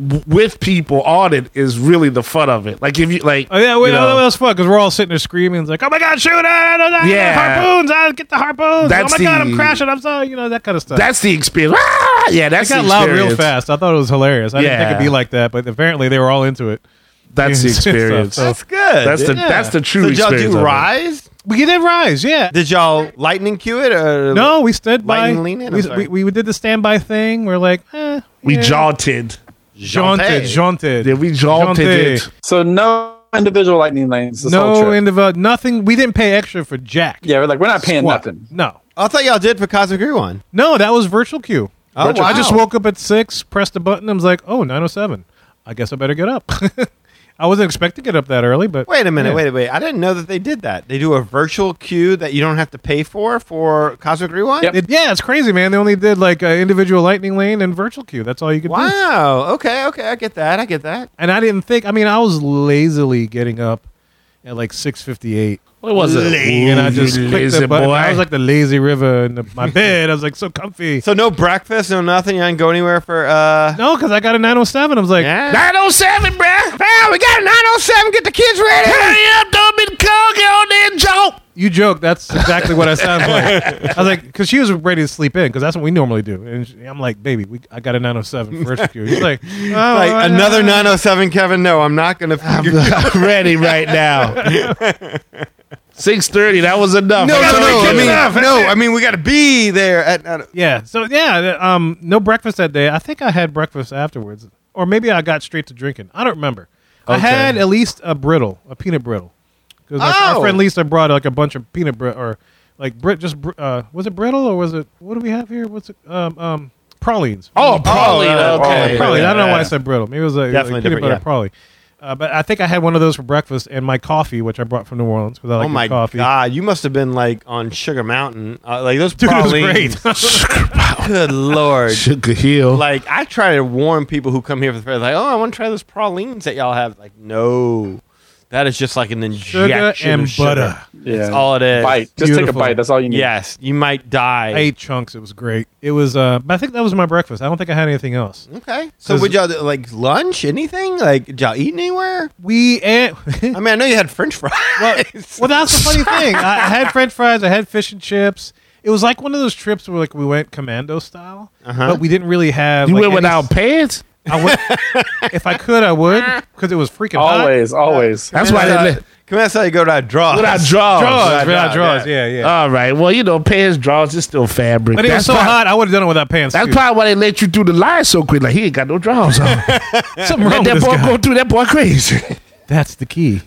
w- with people on it is really the fun of it. Like if you like,
Oh yeah, wait,
you
oh,
know,
that was fun because we're all sitting there screaming. It's like, oh my god, shooter!
Yeah.
Yeah, harpoons! I get the harpoons!
That's
oh my god,
the-
I'm crashing! I'm sorry, you know that kind of stuff.
that's the experience. Ah! yeah,
it
that's
got
the
loud
experience.
real fast. I thought it was hilarious. I didn't think it'd
Yeah.
be like that, but apparently they were all into it.
That's the
It's (laughs) stuff,
experience.
so-
that's good.
That's the- that's the true
So did y'all
experience
do
of it.
rise?
We did rise, yeah.
Did y'all lightning cue it? Or
No, we stood by.
Lightning lean in, I'm
we,
sorry.
we, we did the standby thing. We're like, eh,
we
yeah.
jaunted.
jaunted,
Jaunté.
jaunted.
Yeah, we jaunted. it.
So no individual lightning lanes. This whole
no
trip.
individual, nothing. We didn't pay extra for Jack.
yeah, we're like we're not paying
Squat.
nothing.
No,
I thought y'all did for Cosmic Rewind.
no, that was virtual queue.
Oh,
Virtual- I just
wow.
woke up at six, pressed a button. I was like, oh, 907. I guess I better get up. (laughs) I wasn't expecting to get up that early, but
Wait a minute,
Yeah.
wait a minute. I didn't know that they did that. They do a virtual queue that you don't have to pay for for Cosmic Rewind.
Yep.
It- yeah, it's crazy, man. They only did like uh, individual lightning lane and virtual queue. That's all you could do.
Wow. Okay. Okay. I get that. I get that.
And I didn't think. I mean, I was lazily getting up at like six fifty eight.
What was it?
and I just clicked
Lazy
the button.
boy.
I was like the lazy river in the,
(laughs)
my bed. I was like so comfy.
So no breakfast, no nothing. I didn't go anywhere for. uh
No, because I got a 907. I was like,
Yeah.
907, bruh.
Wow, we got a 907. Get the kids ready.
Hurry up, don't be the cold. Get on there and jump.
you joke. That's exactly what I sound like. I was like, because she was ready to sleep in, because that's what we normally do. And she, I'm like, baby, we, I got a 907 first queue. He's like, oh,
(laughs) Like
I-
another 907, Kevin. No, I'm not gonna. (laughs) figure-
I'm ready right now. Six thirty. That was enough.
no,
I
no,
gotta
no.
wake
I
up.
mean, no. I mean, we got to be there at. at
Yeah. So yeah, th- um, no breakfast that day. I think I had breakfast afterwards, or maybe I got straight to drinking. I don't remember. I
Okay.
had at least a brittle, a peanut brittle, because our
Oh.
friend Lisa brought like a bunch of peanut brittle or like Brit just br- uh, was it brittle or was it what do we have here? What's it? Um, um, pralines.
oh, probably.
uh,
okay.
probably.
Pralines. I don't know why I
yeah.
said brittle. Maybe it was like,
Definitely
like peanut
different,
butter
yeah.
probably. Uh, but I think I had one of those for breakfast and my coffee, which I brought from New Orleans because I like
oh my
coffee.
god, you must have been like on Sugar Mountain. Uh, like
(laughs)
those
Dude, it was
pralines.
great.
(laughs) Good lord.
Sugar Hill.
Like I try to warn people who come here for the first, like, oh, I want to try those pralines that y'all have. Like, no, that is just like an injection
(laughs) Sugar
of
and
sugar.
butter.
Yeah,
That's all it is.
bite. Just take a
Beautiful.
bite. That's all you need.
Yes, you might die.
I ate chunks. It was great. It was, uh, but I think that was my breakfast. I don't think I had anything else.
Okay. So would y'all do, like lunch? Anything? Like did y'all eat anywhere?
We ate. (laughs)
I mean, I know you had French fries. (laughs)
well, that's the funny thing. I, I had French fries. I had fish and chips. It was like one of those trips where like we went commando style, but we didn't really have.
you
like,
went
any-
without pants.
I went, if I could, I (laughs) would because it was freaking hot.
Always, always.
That's why they. let-
Come outside. You go to our draws.
Without
Draws,
draws.
without draws, Oh, yeah, Oh, yeah.
All right. Well, you know, pants, draws, it's still fabric.
but it was so
prob-
hot, I would have done it without pants.
That's
too.
probably why they let you through the line so quick. Like he ain't got no drawers on. (laughs) Let
something wrong
that
with this
boy
guy.
go through. That boy crazy.
(laughs) That's the key. (laughs)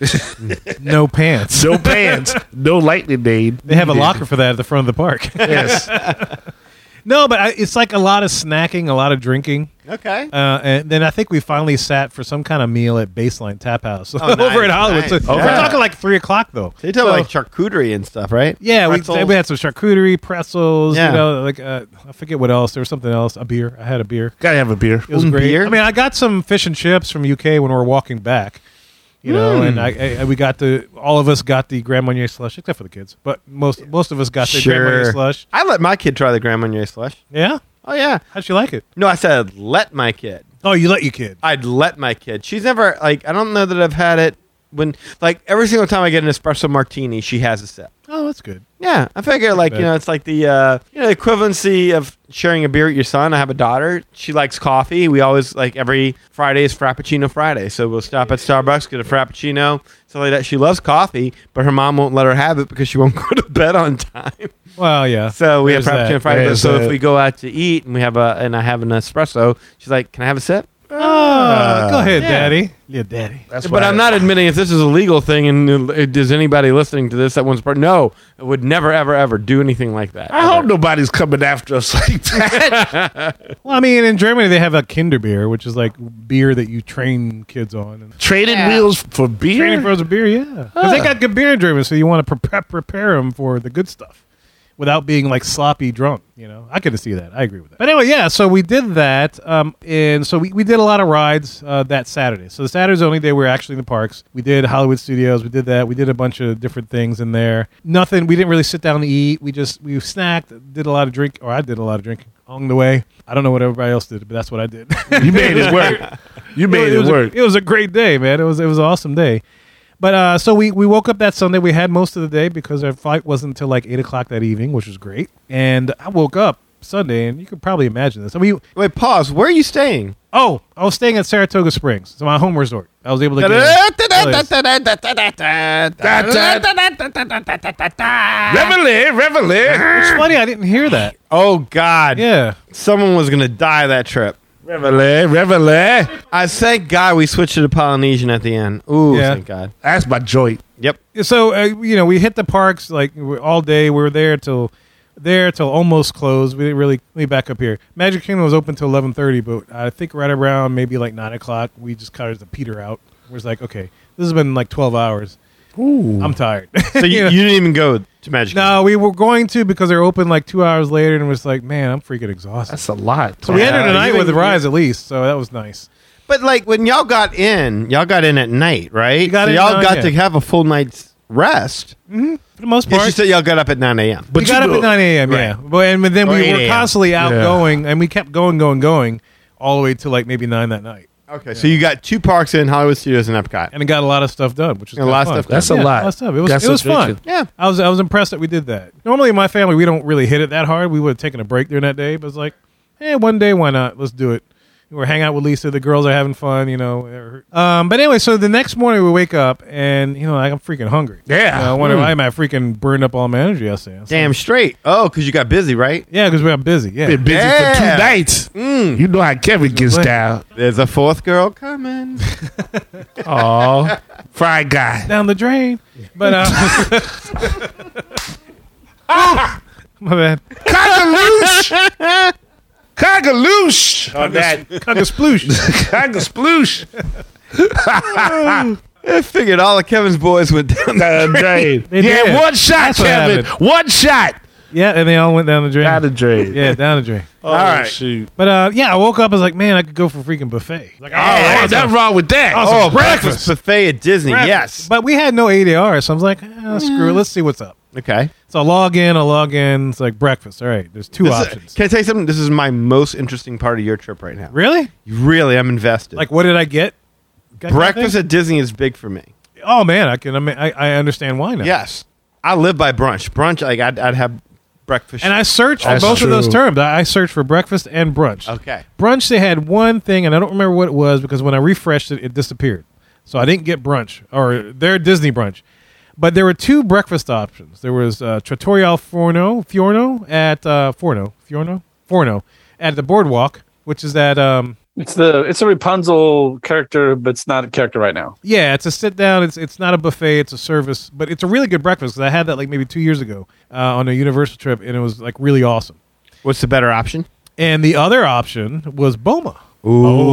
no pants.
No pants. No lightning aid.
They have a locker for that at the front of the park. (laughs)
Yes.
no, but I, it's like a lot of snacking, a lot of drinking.
Okay.
Uh, and then I think we finally sat for some kind of meal at Baseline Tap House
Oh,
(laughs) over
nice,
in Hollywood.
nice.
So we're
Yeah.
talking like three o'clock though.
They talk
So-
like charcuterie and stuff, right?
yeah, we,
Pretzels.
we had some charcuterie, pretzels.
Yeah.
You know, like uh, I forget what else. There was something else. A beer. I had a beer.
Gotta have a beer.
It was
Mm,
great.
beer?
I mean, I got some fish and chips from UK when we were walking back. You know,
Hmm.
and I, I we got the all of us got the Grand Marnier slush except for the kids, but most most of us got the Grand Marnier
sure.
slush.
I let my kid try the Grand Marnier slush.
Yeah,
Oh yeah.
how'd you like it?
No, I said let my kid.
Oh, you let your kid.
I'd let my kid. She's never like I don't know that I've had it when like every single time I get an espresso martini, she has a sip.
Oh, that's good.
Yeah, I figure like you
bad.
know it's like the uh, you know the equivalency of sharing a beer with your son. I have a daughter. She likes coffee. We always like every Friday is Frappuccino Friday, so we'll stop at Starbucks get a Frappuccino, stuff like that. She loves coffee, but her mom won't let her have it because she won't (laughs) go to bed on time.
Well, yeah.
So we have
There's
Frappuccino
that.
Friday. But
There's
so
that.
if we go out to eat and we have a and I have an espresso, she's like, "Can I have a sip?"
Oh, go ahead,
Yeah.
Daddy. Yeah, Daddy.
That's
But
why-
I'm not admitting if this is a legal thing and uh, does anybody listening to this that wants part? No, I would never, ever, ever do anything like that.
I hope nobody's coming after us (laughs)
(laughs)
like that.
Well, I mean, in Germany they have a Kinder beer, which is like beer that you train kids on. And
Trading wheels for beer.
training frozen beer, yeah, 'Cause they got good beer in Germany, so you want to prepare prepare them for the good stuff without being like sloppy drunk. You know, I could see that. I agree with that. But anyway, yeah. So we did that, um, and so we, we did a lot of rides uh, that Saturday. So the Saturday's the only day we were actually in the parks. We did Hollywood Studios. We did that. We did a bunch of different things in there. Nothing. We didn't really sit down to eat. We just we snacked, did a lot of drink, or I did a lot of drinking along the way. I don't know what everybody else did, but that's what I did. (laughs)
You made it work. You made
it
it
was (laughs)
work.
A, it was a great day, man. It was it was an awesome day. But uh, so we, we woke up that Sunday. We had most of the day because our flight wasn't until like eight o'clock that evening, which was great. And I woke up Sunday, and you could probably imagine this. I mean,
Wait, pause. Where are you staying?
oh, I was staying at Saratoga Springs, so my home resort. I was able to get. (laughs)
Reveille, reveille.
It's funny I didn't hear that.
Oh God!
Yeah,
someone was gonna die that trip.
Reveille, reveille.
I thank God we switched to the Polynesian at the end. Ooh,
Yeah.
thank God.
That's my joint.
Yep.
so uh, you know we hit the parks like we- all day. We were there till there till almost closed. We didn't really we back up here. Magic Kingdom was open till eleven thirty, but I think right around maybe like nine o'clock, we just kind of the peter out. We're just like, okay, this has been like twelve hours. I'm tired. (laughs)
So you, you didn't even go to Magic. Kingdom.
no, we were going to because they're open like two hours later, and it was like, man, I'm freaking exhausted.
That's a lot.
so we ended the
you
night with a
didn't-
rise at least, so that was nice.
But like when y'all got in, y'all got in at night, right?
got
so
in
y'all
at night,
got
yeah.
to have a full night's rest.
For the most
Yes,
part,
you said y'all got up at 9 a.m.
we got up at 9 a.m. Yeah, but and then
Or
we
8
were
a.m..
constantly out
Yeah.
going, and we kept going, going, going, all the way to like maybe nine that night,
Okay, so you got two parks in Hollywood Studios and Epcot.
and it got a lot of stuff done, which is
And a lot of
kinda
stuff
fun.
done. That's
a
Yeah,
lot.
of stuff. It was
That's
it was
subtraction.
fun.
Yeah.
I was I was impressed that we did that. Normally, in my family, we don't really hit it that hard. We would have taken a break during that day, but it's like, hey, one day, why not? Let's do it. We're hanging out with Lisa. The girls are having fun, you know. Um, but anyway, so the next morning we wake up and you know like, I'm freaking hungry.
Yeah.
You know, I wonder
Hmm.
why am I freaking burned up all my energy yesterday? I was
Damn straight. Oh, because you got busy, right?
Yeah, because we got busy. Yeah. Mm.
Been busy for
Yeah.
two nights. You know how Kevin gets
What? (laughs)
down.
There's a fourth girl coming.
Oh, fried guy.
down the drain. But uh, (laughs) my bad.
Cockaloosh. Cockaloosh. On that.
Cock a
(laughs)
sploosh.
Cockaloosh.
I figured all of Kevin's boys went down the
Down the drain.
They
yeah,
did.
one shot,
That's what
Kevin. One shot.
yeah, and they all went down the drain.
Down the drain.
yeah, Oh, down the drain.
All right. Shoot.
But uh, yeah, I woke up. I was like, man, I could go for a freaking buffet. Like,
All right. Ain't Oh, nothing wrong with that.
Awesome.
Oh, breakfast buffet at Disney.
breakfast.
Yes.
But we had no ADR, so I was like, ah, screw it. Let's see what's up.
Okay.
So I log in. I log in. It's like breakfast. All right. There's two
This is-
options.
can I tell you something? This is my most interesting part of your trip right now.
really?
Really, I'm invested.
Like, what did I get? Got
breakfast
nothing?
at Disney is big for me.
Oh man, I can. I, mean, I, I understand why now.
Yes. I live by brunch. Brunch, like I'd, I'd have breakfast.
And I searched for
That's
both
true.
of those terms. I I searched for breakfast and brunch.
Okay.
Brunch, they had one thing, and I don't remember what it was because when I refreshed it, it disappeared. So I didn't get brunch or their Disney brunch. But there were two breakfast options. There was uh, Trattoria al Forno, Fiorno at uh, Forno, Fiorno, Forno at the Boardwalk, which is that um,
It's the it's a Rapunzel character, but it's not a character right now.
Yeah, it's a sit down. It's it's not a buffet. It's a service, but it's a really good breakfast. 'cause I had that like maybe two years ago uh, on a Universal trip, and it was like really awesome.
What's the better option?
And the other option was Boma,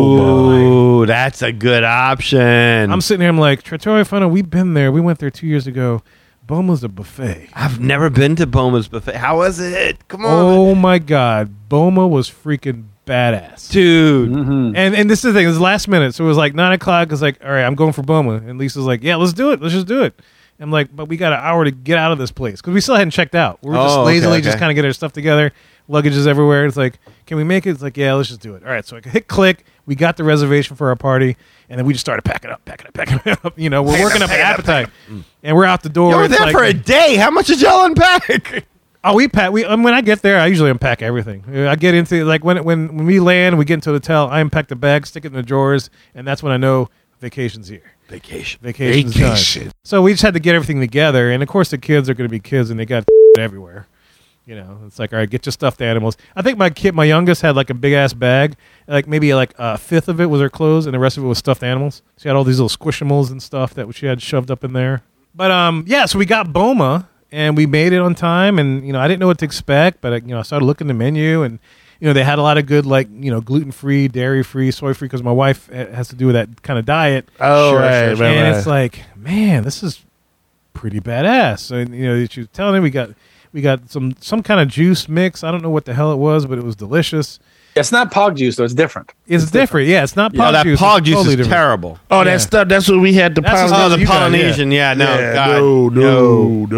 Ooh, that's a good option.
Oh, I'm sitting here. I'm like Trattoria Fano. We've been there. We went there two years ago. Boma's a buffet.
I've never been to Boma's buffet. How was it? Come on,
Oh my god, Boma was freaking badass.
dude.
And and this is the thing. It was last minute, so it was like nine o'clock. It's like all right, I'm going for Boma. And Lisa's like, yeah, let's do it. Let's just do it. I'm like, but we got an hour to get out of this place because we still hadn't checked out. We were just
Oh, okay,
lazily just
okay.
kind of getting our stuff together. Luggage is everywhere. It's like, can we make it? It's like, yeah, let's just do it. All right, so I hit click. We got the reservation for our party, and then we just started packing up, packing up, packing (laughs) up. You know, we're working up, an appetite, and we're out the door.
Mm. You were
It's
there
like-
for a day. How much did y'all unpack?
Oh, we pack. We um, when I get there, I usually unpack everything. Uh, I get into like when when when we land, we get into the hotel. I unpack the bag, stick it in the drawers, and that's when I know vacation's here.
Vacation.
Vacation's time.
Vacation.
So we just had to get everything together, and of course the kids are going to be kids, and they got (laughs) everywhere. You know, it's like all right, get your stuffed animals. I think my kid, my youngest, had like a big ass bag, like maybe like a fifth of it was her clothes, and the rest of it was stuffed animals. She had all these little squishimals and stuff that she had shoved up in there. But um, yeah, so we got Boma, and we made it on time, and you know I didn't know what to expect, but you know I started looking the menu, and you know they had a lot of good like you know gluten free, dairy free, soy free, because my wife eh, has to do with that kind of diet
Oh, right, right,
and
right.
it's like, man, this is pretty badass. And you know, she was telling me we got we got some some kind of juice mix. I don't know what the hell it was, but it was delicious.
It's not pog juice, though. It's different.
It's, different. yeah. It's not pog
Oh, that
juice.
pog
It's
juice
totally
is
different.
terrible.
Oh,
Yeah.
that stuff. That's what we had to
That's
pound.
what-
Oh, the
you got it, yeah.
Polynesian. Yeah, no,
Yeah,
God.
no, no, no.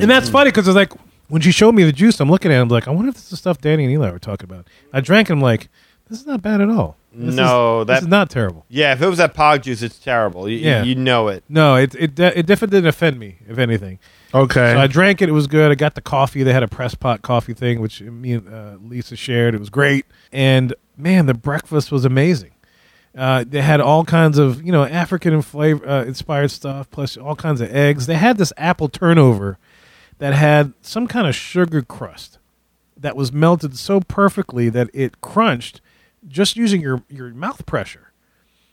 And that's funny because it's like when she showed me the juice, I'm looking at. it, I'm like, I wonder if this is stuff Danny and Eli were talking about. I drank. and I'm like, this is not bad at all. This
No,
is,
that-
this is not terrible.
Yeah, if it was that pog juice, it's terrible. You,
Yeah.
you know it.
No, it it de- it definitely didn't offend me. If anything,
Okay.
So I drank it. It was good. I got the coffee. They had a press pot coffee thing, which me and uh, Lisa shared. It was great. And man, the breakfast was amazing. Uh, they had all kinds of you know African and flavor uh, inspired stuff, plus all kinds of eggs. They had this apple turnover that had some kind of sugar crust that was melted so perfectly that it crunched just using your your mouth pressure.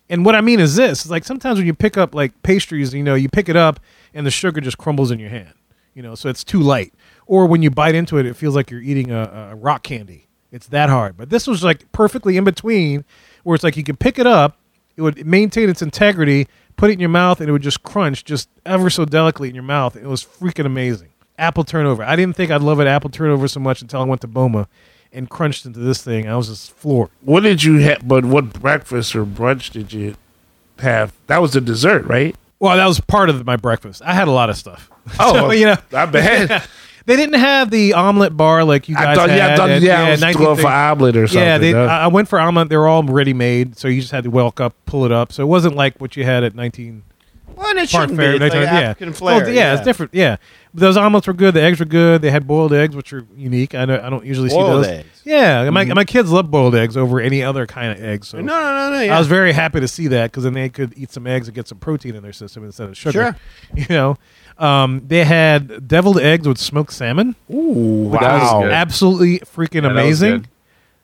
And what I mean is this: is like sometimes when you pick up like pastries, you know, you pick it up and the sugar just crumbles in your hand, you know, so it's too light. Or when you bite into it, it feels like you're eating a, a rock candy. It's that hard. But this was like perfectly in between, where it's like you could pick it up, it would maintain its integrity, put it in your mouth, and it would just crunch just ever so delicately in your mouth. It was freaking amazing. Apple turnover. I didn't think I'd love an apple turnover so much until I went to Boma and crunched into this thing. I was just floored.
what did you have? But what breakfast or brunch did you have? That was the dessert, right?
Well, that was part of my breakfast. I had a lot of stuff. (laughs)
Oh,
So, (laughs) you know,
I bet.
They didn't have the omelet bar like you guys
I thought,
had.
yeah, I
at-
thought, yeah, I was
19
going for omelet or something.
Yeah, they,
huh?
I I went for omelet. They were all ready made, so you just had to whelk up, pull it up. So it wasn't like what you had at 19
Well, and
Park
it shouldn't
Fair.
be. It's like
yeah,
African flair.
Well, yeah, it's different. Yeah, those omelets were good. The eggs were good. They had boiled eggs, which are unique. I know I don't usually
Boiled
see those.
eggs. Mm-hmm.
Yeah, my my kids love boiled eggs over any other kind of egg. So
No, no, no, no. (laughs) Yeah.
I was very happy to see that because then they could eat some eggs and get some protein in their system instead of sugar.
Sure.
(laughs) You know, um, they had deviled eggs with smoked salmon.
Ooh,
that was
wow.
good.
Absolutely freaking
Yeah, that was
amazing.
good.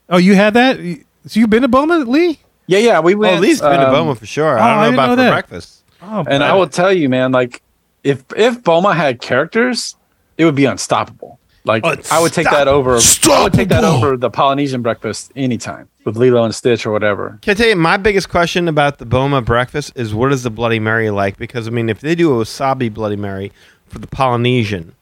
Oh, you had that? You- So you've been to Boma, Lee?
Yeah, yeah. We
well,
went.
at least been to
um,
Boma for sure.
oh, I
I don't
didn't
know about
know
for
that.
breakfast.
Oh,
And I
man.
will tell you, man, like if if Boma had characters, it would be unstoppable. Like I would take that over. I would take that over the Polynesian breakfast anytime with Lilo and Stitch or whatever.
Can I tell you my biggest question about the Boma breakfast is what is the Bloody Mary like? Because I mean, if they do a wasabi Bloody Mary for the Polynesian,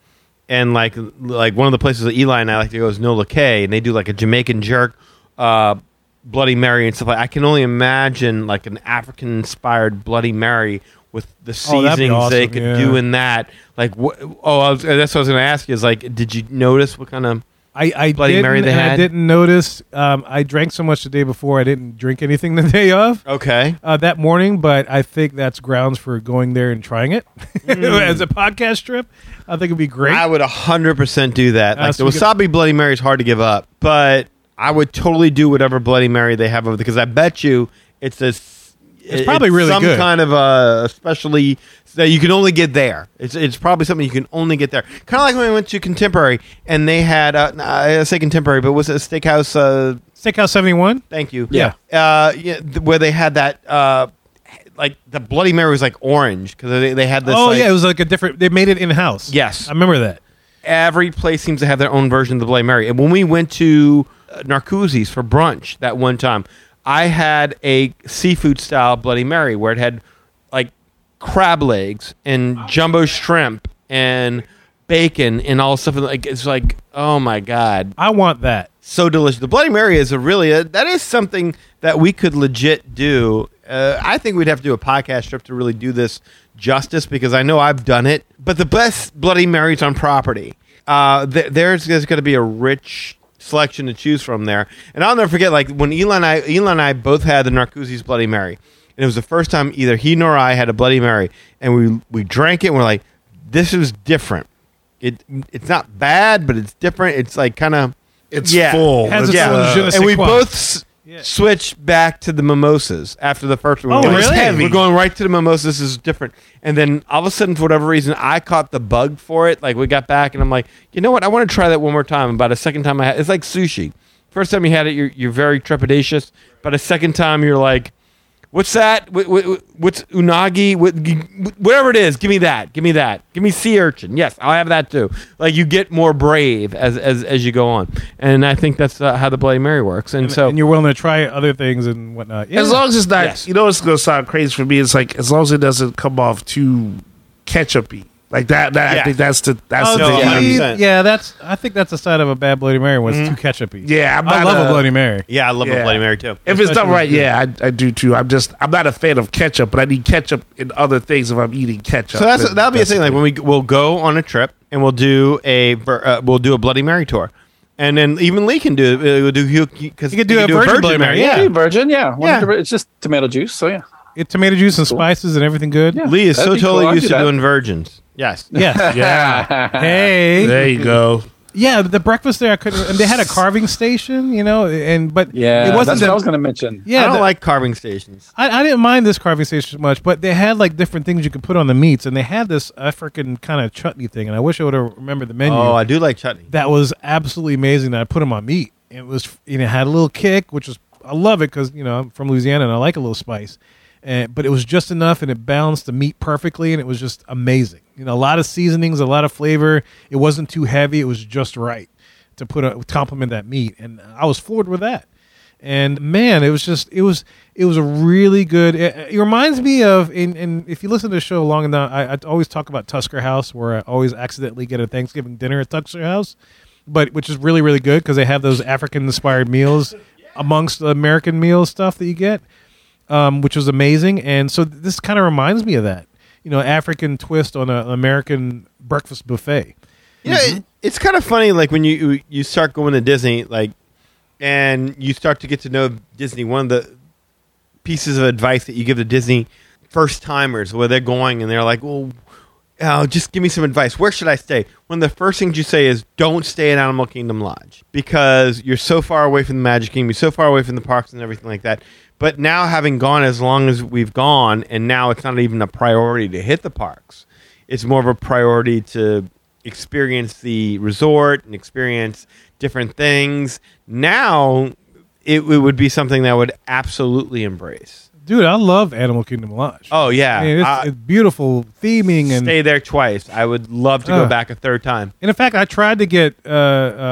and like like one of the places that Eli and I like to go is Nola Kay, and they do like a Jamaican jerk, uh, Bloody Mary and stuff like. I can only imagine like an African inspired Bloody Mary with the
Oh, that'd be
seasonings they
awesome,
could
yeah.
do in that. Like, what, oh, I was, that's what I was going to ask you. Is like, did you notice what kind of
I, I
Bloody
didn't,
Mary they
and I
had?
didn't notice. Um, I drank so much the day before. I didn't drink anything (laughs) the day of.
okay?
uh, that morning, but I think that's grounds for going there and trying it (laughs) as a podcast trip. I think it'd be great.
Mm. I would 100% do that.
Uh,
Like,
so we
the
get-
wasabi Bloody Mary is hard to give up, but I would totally do whatever Bloody Mary they have over because I bet you it's a. It's
probably really
some
good.
kind of a especially that you can only get there. It's it's probably something you can only get there. Kind of like when we went to Contemporary and they had uh, I say Contemporary, but was it a steakhouse? Uh,
Steakhouse seventy one.
Thank you.
Yeah.
Uh, yeah th- where they had that, uh, like the Bloody Mary was like orange because they, they had this.
Oh
like,
yeah, it was like a different. They made it in house.
Yes.
I remember that.
every place seems to have their own version of the Bloody Mary. And when we went to uh, Narcoozies for brunch that one time, I had a seafood style Bloody Mary where it had like crab legs and jumbo shrimp and bacon and all stuff. Like it's like, oh my god,
I want that.
so delicious. The Bloody Mary is a really uh, that is something that we could legit do. Uh, I think we'd have to do a podcast trip to really do this justice because I know I've done it. But the best Bloody Marys on property, uh, th- there's, there's going to be a rich selection to choose from there. And I'll never forget, like when Elon and I, Elon and I both had the Narcoozies Bloody Mary, and it was the first time either he nor I had a Bloody Mary, and we we drank it. and We're like, this is different. It it's not bad, but it's different. It's like kind of
It's
Yeah.
full.
Has its
It's,
own je ne sais
and we
quoi.
both s- switched back to the mimosas after the first one.
Oh,
We're like,
really?
We're going right to the mimosas. This is different. And then all of a sudden, for whatever reason, I caught the bug for it. Like we got back, and I'm like, you know what? I want to try that one more time. About a second time, I had it's like sushi. First time you had it, you're you're very trepidatious. But a second time, you're like, what's that? Wh- wh- wh- What's unagi? What, g- whatever it is, give me that. Give me that. Give me sea urchin. Yes, I'll have that too. Like you get more brave as as, as you go on, and I think that's uh, how the Bloody Mary works. And, so
and you're willing to try other things and whatnot. Yeah.
as long as it's not,
Yes.
you know, it's gonna sound crazy for me. It's like as long as it doesn't come off too ketchupy, like that. That
Yeah.
I think that's the that's
Oh,
the
no,
thing.
yeah.
gee,
100%.
yeah, that's. I think that's the side of a bad Bloody Mary was too ketchupy.
Yeah, I'm
I
not
love a
a-
Bloody Mary.
yeah, I love
Yeah.
too.
If it's done
Especially
right,
with-
yeah, I, I do too. I'm just I'm not a fan of ketchup, but I need ketchup in other things if I'm eating ketchup.
So that's
And
that'll be a thing. Like when we we'll go on a trip and we'll do a ver- uh, we'll do a Bloody Mary tour, and then even Lee can do uh, we'll do because
You could do a virgin Bloody Mary, yeah.
yeah.
Hey, virgin, yeah,
Yeah.
100%. It's just tomato juice, so yeah.
It, tomato juice and spices and everything good.
Yeah.
Lee is
That'd
so
be cool.
totally
I'd
used
do
to
that.
doing virgins. Yes.
(laughs)
Yes.
(laughs)
Yeah,
hey.
there you go.
Yeah, the breakfast there I couldn't. And they had a carving station, you know, and but
Yeah,
it wasn't.
that's what
the-
I was going to mention.
yeah,
I don't
the-
like carving stations.
I, I didn't mind this carving station much, but they had like different things you could put on the meats, and they had this African kind of chutney thing, and I wish I would have remembered the menu.
Oh, I do like chutney.
that was absolutely amazing. That I put them on meat. It was you know had a little kick, which was I love it because you know I'm from Louisiana and I like a little spice, and, but it was just enough and it balanced the meat perfectly and it was just amazing. You know, a lot of seasonings, a lot of flavor. It wasn't too heavy. It was just right to put a compliment that meat, and I was floored with that. And man, it was just it was it was a really good. It, it reminds me of and, and if you listen to the show long enough, I, I always talk about Tusker House, where I always accidentally get a Thanksgiving dinner at Tusker House, but which is really really good because they have those African inspired
(laughs)
meals amongst the American meal stuff that you get, um, which was amazing. And so th- this kind of reminds me of that, you know, African twist on an American breakfast buffet.
You know, it, it's kind of funny. Like when you you start going to Disney, like, and you start to get to know Disney. One of the pieces of advice that you give to Disney first timers, where they're going and they're like, "Well, oh, just give me some advice. Where should I stay?" One of the first things you say is, "Don't stay at Animal Kingdom Lodge because you're so far away from the Magic Kingdom, you're so far away from the parks and everything like that." But now, having gone as long as we've gone, and now it's not even a priority to hit the parks it's more of a priority to experience the resort and experience different things. Now, it, it would be something that I would absolutely embrace.
Dude, I love Animal Kingdom Lodge.
Oh yeah,
I mean, it's,
I-
it's beautiful theming and
stay there twice. I would love to
Uh.
go back a third time.
And in fact, I tried to get uh,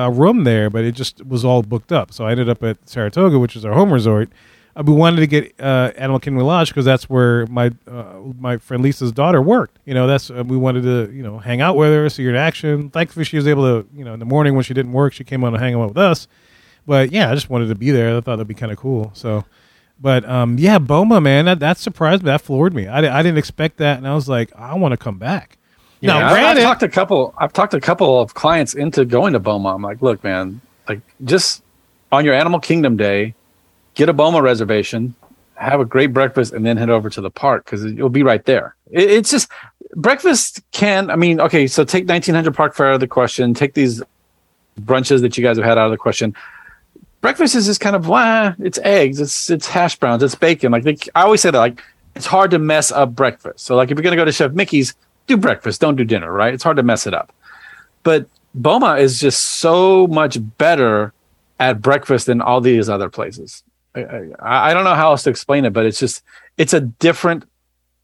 a room there, but it just was all booked up. So I ended up at Saratoga, which is our home resort. Uh, we wanted to get uh, Animal Kingdom Lodge because that's where my uh, my friend Lisa's daughter worked. You know, that's uh, we wanted to you know hang out with her, see her in action. Thankfully, she was able to you know in the morning when she didn't work, she came on and hang out with us. But yeah, I just wanted to be there. I thought that'd be kind of cool. So, but um, yeah, Boma man, that, that surprised me. That floored me. I, di- I didn't expect that, and I was like, I want to come back.
Yeah,
now,
I've, I've
granted,
talked to a couple. I've talked to a couple of clients into going to Boma. I'm like, look, man, like just on your Animal Kingdom day, get a Boma reservation, have a great breakfast, and then head over to the park because you'll be right there. It, it's just breakfast can. I mean, okay, so take 1900 Park Fair out of the question. Take these brunches that you guys have had out of the question. Breakfast is just kind of wah. It's eggs. It's it's hash browns. It's bacon. Like they, I always say that like it's hard to mess up breakfast. So like if you're gonna go to Chef Mickey's, do breakfast. Don't do dinner. Right? It's hard to mess it up. But Boma is just so much better at breakfast than all these other places. I, I, I don't know how else to explain it, but it's just it's a different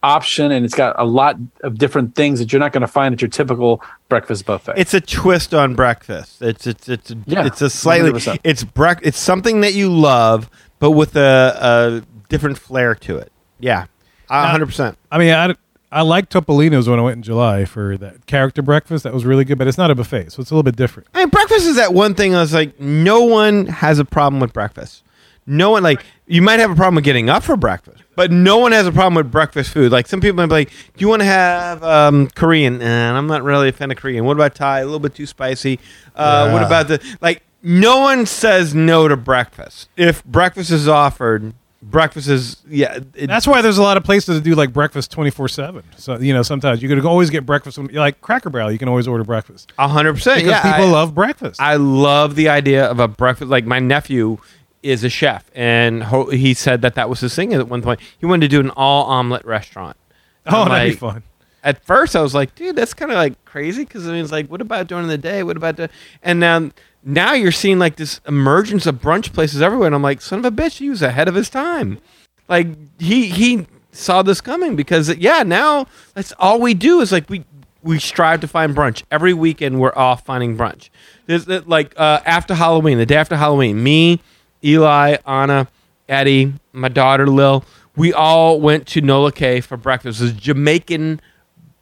option and it's got a lot of different things that you're not going to find at your typical breakfast buffet.
It's a twist on breakfast. It's it's it's
Yeah,
it's a slightly
100%.
it's brec- it's something that you love, but with a, a different flair to it. Yeah, hundred percent.
I mean, I, I liked Topolino's when I went in July for that character breakfast. That was really good, but it's not a buffet, so it's a little bit different.
I mean, breakfast is that one thing. I was like, no one has a problem with breakfast. No one like you might have a problem with getting up for breakfast, but no one has a problem with breakfast food. Like some people might be like, "Do you want to have um, Korean?" And I'm not really a fan of Korean. What about Thai? A little bit too spicy. Uh, What about the like? No one says no to breakfast. If breakfast is offered, breakfast is yeah. it-
That's why there's a lot of places that do like breakfast 24 seven. So you know, sometimes you could always get breakfast. When, like Cracker Barrel, you can always order breakfast
a hundred percent.
because
Yeah,
people
I-
love breakfast.
I love the idea of a breakfast. Like my nephew is a chef, and ho- he said that that was his thing at one point. He wanted to do an all omelet restaurant.
oh,
I'm
that'd be
like,
fun.
At first, I was like, dude, that's kind of like crazy because I mean, it's like, what about during the day? What about the? And now, now you're seeing like this emergence of brunch places everywhere, and I'm like, son of a bitch, he was ahead of his time. Like he he saw this coming because yeah, now that's all we do is like we we strive to find brunch every weekend. We're off finding brunch. There's uh, like uh, after Halloween, the day after Halloween, me, Eli, Anna, Eddie, my daughter Lil, we all went to Nola Cay for breakfast. It was Jamaican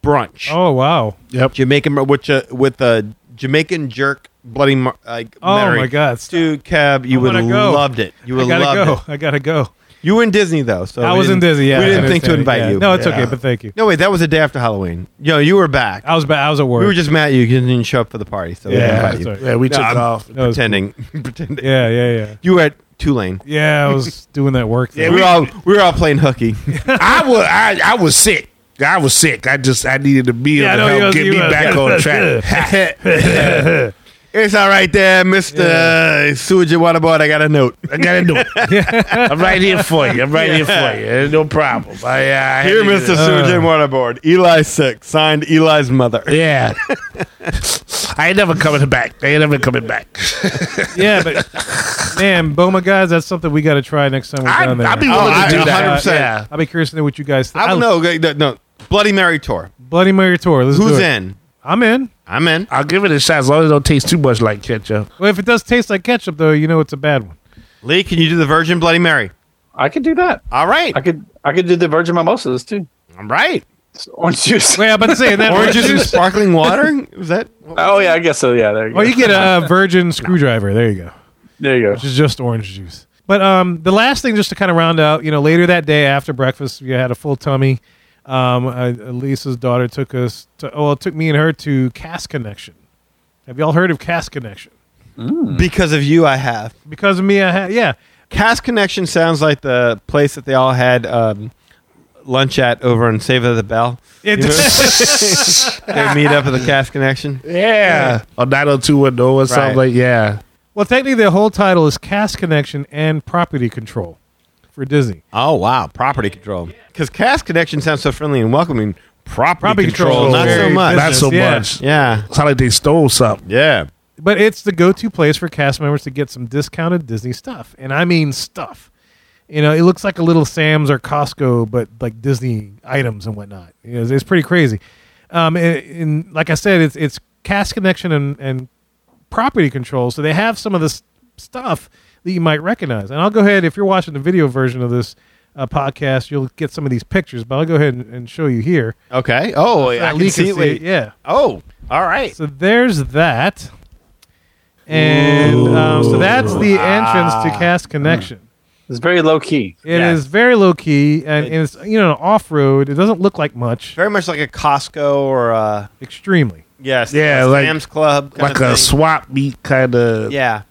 brunch.
Oh wow.
Yep.
Jamaican br- which uh, with a Jamaican jerk bloody mar- like
Oh
Mary.
my God, stop.
dude, Cab, you
I
would
wanna
have
go.
loved it. You
I
would have
gotta
loved
go.
it.
I gotta go.
You were in Disney though, so
I
we
was in
didn't-
Disney. Yeah,
we
I
didn't think to
understand.
invite
Yeah.
you.
No, it's
Yeah.
okay, but thank you.
No, wait, that was the day after Halloween. Yo, you were back.
I was ba- I was at work.
we were just mad you didn't show up for the party, so we didn't
yeah,
invite you.
sorry.
Yeah, we
No,
took
I'm-
it off.
No, it was cool.
pretending, (laughs) pretending.
Yeah, yeah, yeah.
You were at Tulane.
Yeah, I
(laughs)
was doing that work. Thing.
we were all we were all
(laughs)
playing hooky.
(laughs) I was I, I was sick. I was sick. I just I needed a meal
Yeah, I
to
know you
help
was-
get
you
me
was.
back on track.
it's all right there, Mister uh, Sewage and Water Board. I got a note.
(laughs) I
(laughs)
gotta do it. I'm right here for you. I'm right here for you. There's no problem. I, uh,
Here, Mister
Uh,
Sewage and Water Board. Eli sick. Signed, Eli's mother.
yeah. (laughs) I ain't never coming back. I ain't never coming back. (laughs)
yeah, but man, Boma guys, that's something we got to try next time we're
I-
down there.
I'd be willing
Oh,
to do
I-
that.
100%.
Yeah.
I'll be curious to know what you guys think.
I don't know. okay, No, no. Bloody Mary tour.
Bloody Mary tour. Let's
Who's
do it.
in?
I'm in.
I'm in.
I'll give it a shot as long as it don't taste too much like ketchup.
Well, if it does taste like ketchup, though, you know it's a bad one.
Lee, can you do the Virgin Bloody Mary?
I could do that.
All right.
I could I could do the virgin mimosas too.
All right.
It's Orange juice.
Wait, I'm about to say
(laughs)
that
Oranges and sparkling water. Was that?
Hmm.
Oh yeah, I guess so. Yeah, there you go.
Or you get a uh, virgin screwdriver. There you go.
(laughs) there you go.
Which is just orange juice. But um, the last thing, just to kind of round out, you know, later that day after breakfast, we had a full tummy. Um, uh, Lisa's daughter took us to, oh, well, took me and her to Cast Connection. Have y'all heard of Cast Connection?
Because of you, I have.
Because of me, I had, yeah.
Cast Connection sounds like the place that they all had um, lunch at over in Save of the Bell.
It,
They meet up at the Cast Connection.
(laughs) Yeah. Or 90210 or
Right.
something like yeah.
(laughs) well, technically, the whole title is Cast Connection and Property Control for Disney.
Oh wow, property control. Because Cast Connection sounds so friendly and welcoming. Property,
Property
control,
Oh,
control,
not so
very
much.
Not so
yeah.
much.
yeah,
It's not like they stole something.
yeah.
but it's the go-to place for cast members to get some discounted Disney stuff, and I mean stuff. You know, it looks like a little Sam's or Costco, but like Disney items and whatnot. You know, it's, it's pretty crazy. Um, and, and like I said, it's it's cast connection and, and property control, so they have some of this stuff that you might recognize. And I'll go ahead if you're watching the video version of this uh, podcast, you'll get some of these pictures, but I'll go ahead and, and show you here.
Okay. Oh, I
At
can
least
see.
you
Wait.
it, yeah.
Oh, all right.
So there's that. And um, so that's the
Ah.
entrance to Cast Connection.
Uh-huh.
It's very low key.
It is very low key and, and it's you know off road. It doesn't look like much,
Very much like a Costco or a
extremely.
yes,
Yeah,
a
like-
Sam's Club, kind
Like
of
a
thing.
swap meet kind of
yeah,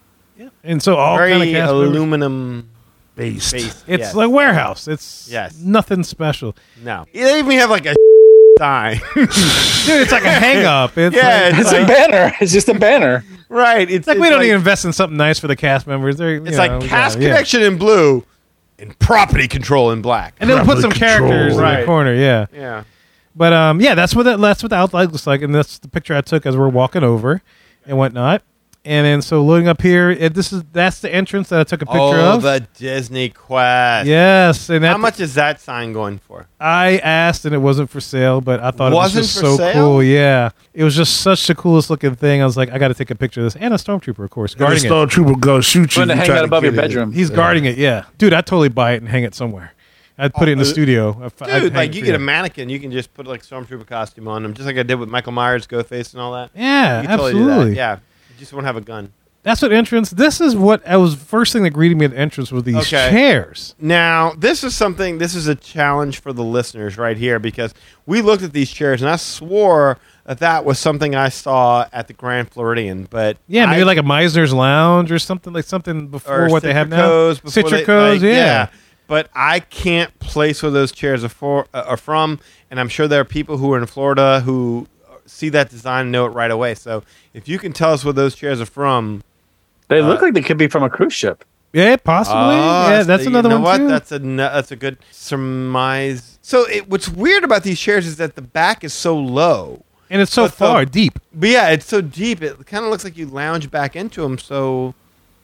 And so all
very
kind of cast members-
aluminum
based.
base.
It's
yes.
like warehouse. It's
Yes.
nothing special.
no. They even have like a (laughs) sign. (laughs)
Dude, it's like a hang up. It's
yeah,
(laughs) like,
it's
It's a
like,
banner. (laughs) It's just a banner.
right. It's,
it's like we
it's
don't even invest in something nice for the cast members. They're, you
It's
know,
like
we
cast
gotta- yeah.
connection in blue, and property control in black.
And they'll put
Properly
some characters
controlled.
in the
Right.
corner. Yeah.
yeah,
But um, yeah, that's what that, that's what the outline looks like, and that's the picture I took as we're walking over and whatnot. and then so loading up here, it, this is that's the entrance that I took a picture
oh,
of.
the Disney Quest.
yes, and that,
How much is that sign going for?
I asked, and it wasn't for sale, but I thought it
Wasn't
was just
for
so
sale?
cool. Yeah, it was just such the coolest looking thing. I was like, I got to take a picture of this, and a stormtrooper, of course,
Guardian
guarding it.
Stormtrooper go shoot you.
Going to
you
hang
try
out above your
get it.
bedroom.
He's guarding it. Yeah, dude, I'd totally buy it and hang it somewhere. I'd put it in the studio. I'd- I'd hang
Oh, uh, Dude, like
it
you
for
get a mannequin, you can just put like stormtrooper costume on them, just like I did with Michael Myers, Ghostface, and all that.
Yeah,
you could totally do
absolutely.
that. Yeah, you just won't have a gun.
That's what entrance. This is what I was first thing that greeted me at the entrance were these
Okay.
chairs.
Now, this is something, this is a challenge for the listeners right here because we looked at these chairs and I swore that that was something I saw at the Grand Floridian. But
Yeah, maybe
I-
like a Meisner's Lounge or something like something before
or
what they have now.
Citrico's before they-
Citrico's,
like,
yeah.
But I can't place where those chairs are, for, uh, are from, and I'm sure there are people who are in Florida who see that design and know it right away. So if you can tell us where those chairs are from,
They look like they could be from a cruise ship.
yeah, possibly.
Oh,
yeah, that's
you
another
know
one
what?
too.
That's a nu- that's a good surmise. So it, what's weird about these chairs is that the back is so low,
and it's so
but the-
far deep.
but yeah, it's so deep. It kind of looks like you lounge back into them. So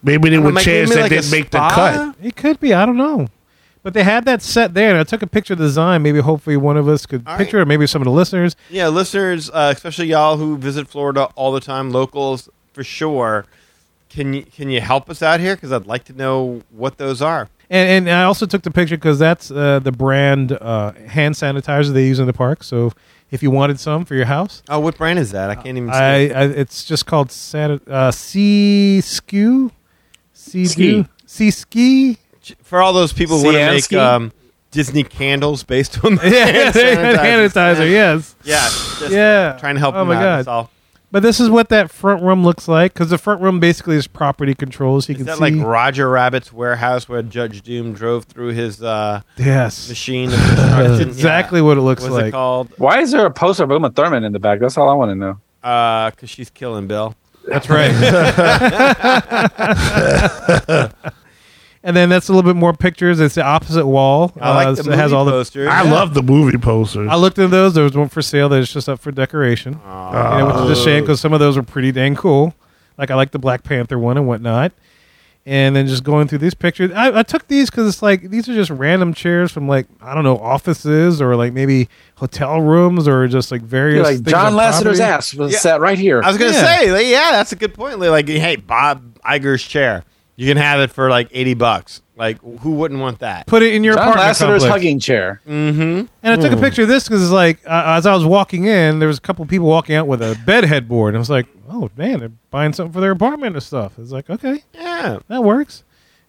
Maybe they
I'm
would
like, give
chance
me
that
like a
didn't make the
spa?
cut.
It could be. I don't know. But they had that set there, and I took a picture of the design. Maybe hopefully one of us could
All
picture, it, or maybe some of the listeners.
Yeah, listeners, uh, especially y'all who visit Florida all the time, locals for sure. Can you can you help us out here? Because I'd like to know what those are.
And, and I also took the picture because that's uh, the brand uh, hand sanitizer they use in the park. So if you wanted some for your house,
Oh, what brand is that? I can't even. see
I,
it.
I it's just called Santa, uh, Sea Skew, Sea
Ski.
Ski, Sea
(laughs)
Ski.
For all those people who want to make
Sianski?
um, Disney candles
(laughs)
based on the
Yeah,
hand sanitizer.
hand sanitizer. Yes.
Yeah, just
Yeah.
trying to help
Oh
them
my
out.
God.
That's all.
But this is what that front room looks like because the front room basically is property controls. You
Is
can
that
see.
like Roger Rabbit's warehouse where Judge Doom drove through his uh,
yes.
machine? Of construction?
That's (laughs)
Yeah.
exactly what it looks
What's it
like.
called?
Why is there a poster of Uma Thurman in the back? That's all I want to know.
Because Uh, she's killing Bill.
That's right. and then that's a little bit more pictures. It's the opposite wall.
(laughs) I like the
Uh, so it has
movie
all the.
poster.
I love the movie posters.
I looked at those. There was one for sale that is just up for decoration. you know, which is a shame because some of those were pretty dang cool. Like I like the Black Panther one and whatnot. And then just going through these pictures, I, I took these because it's like these are just random chairs from like I don't know offices or like maybe hotel rooms or just like
You're
various.
like
things on
John Lasseter's
property.
ass was
Yeah.
sat right here.
I was gonna
Yeah.
say, like, yeah, that's a good point. Lee. Like, hey, Bob Iger's chair, you can have it for like eighty bucks. Like, who wouldn't want that?
Put it in your
John
apartment
Lasseter's
complex.
hugging Hmm. chair.
Mm-hmm.
And I took a picture of this because it's like uh, as I was walking in, there was a couple people walking out with a bed headboard. And I was like, oh man, they're buying something for their apartment and stuff. It's like okay.
Yeah,
that works.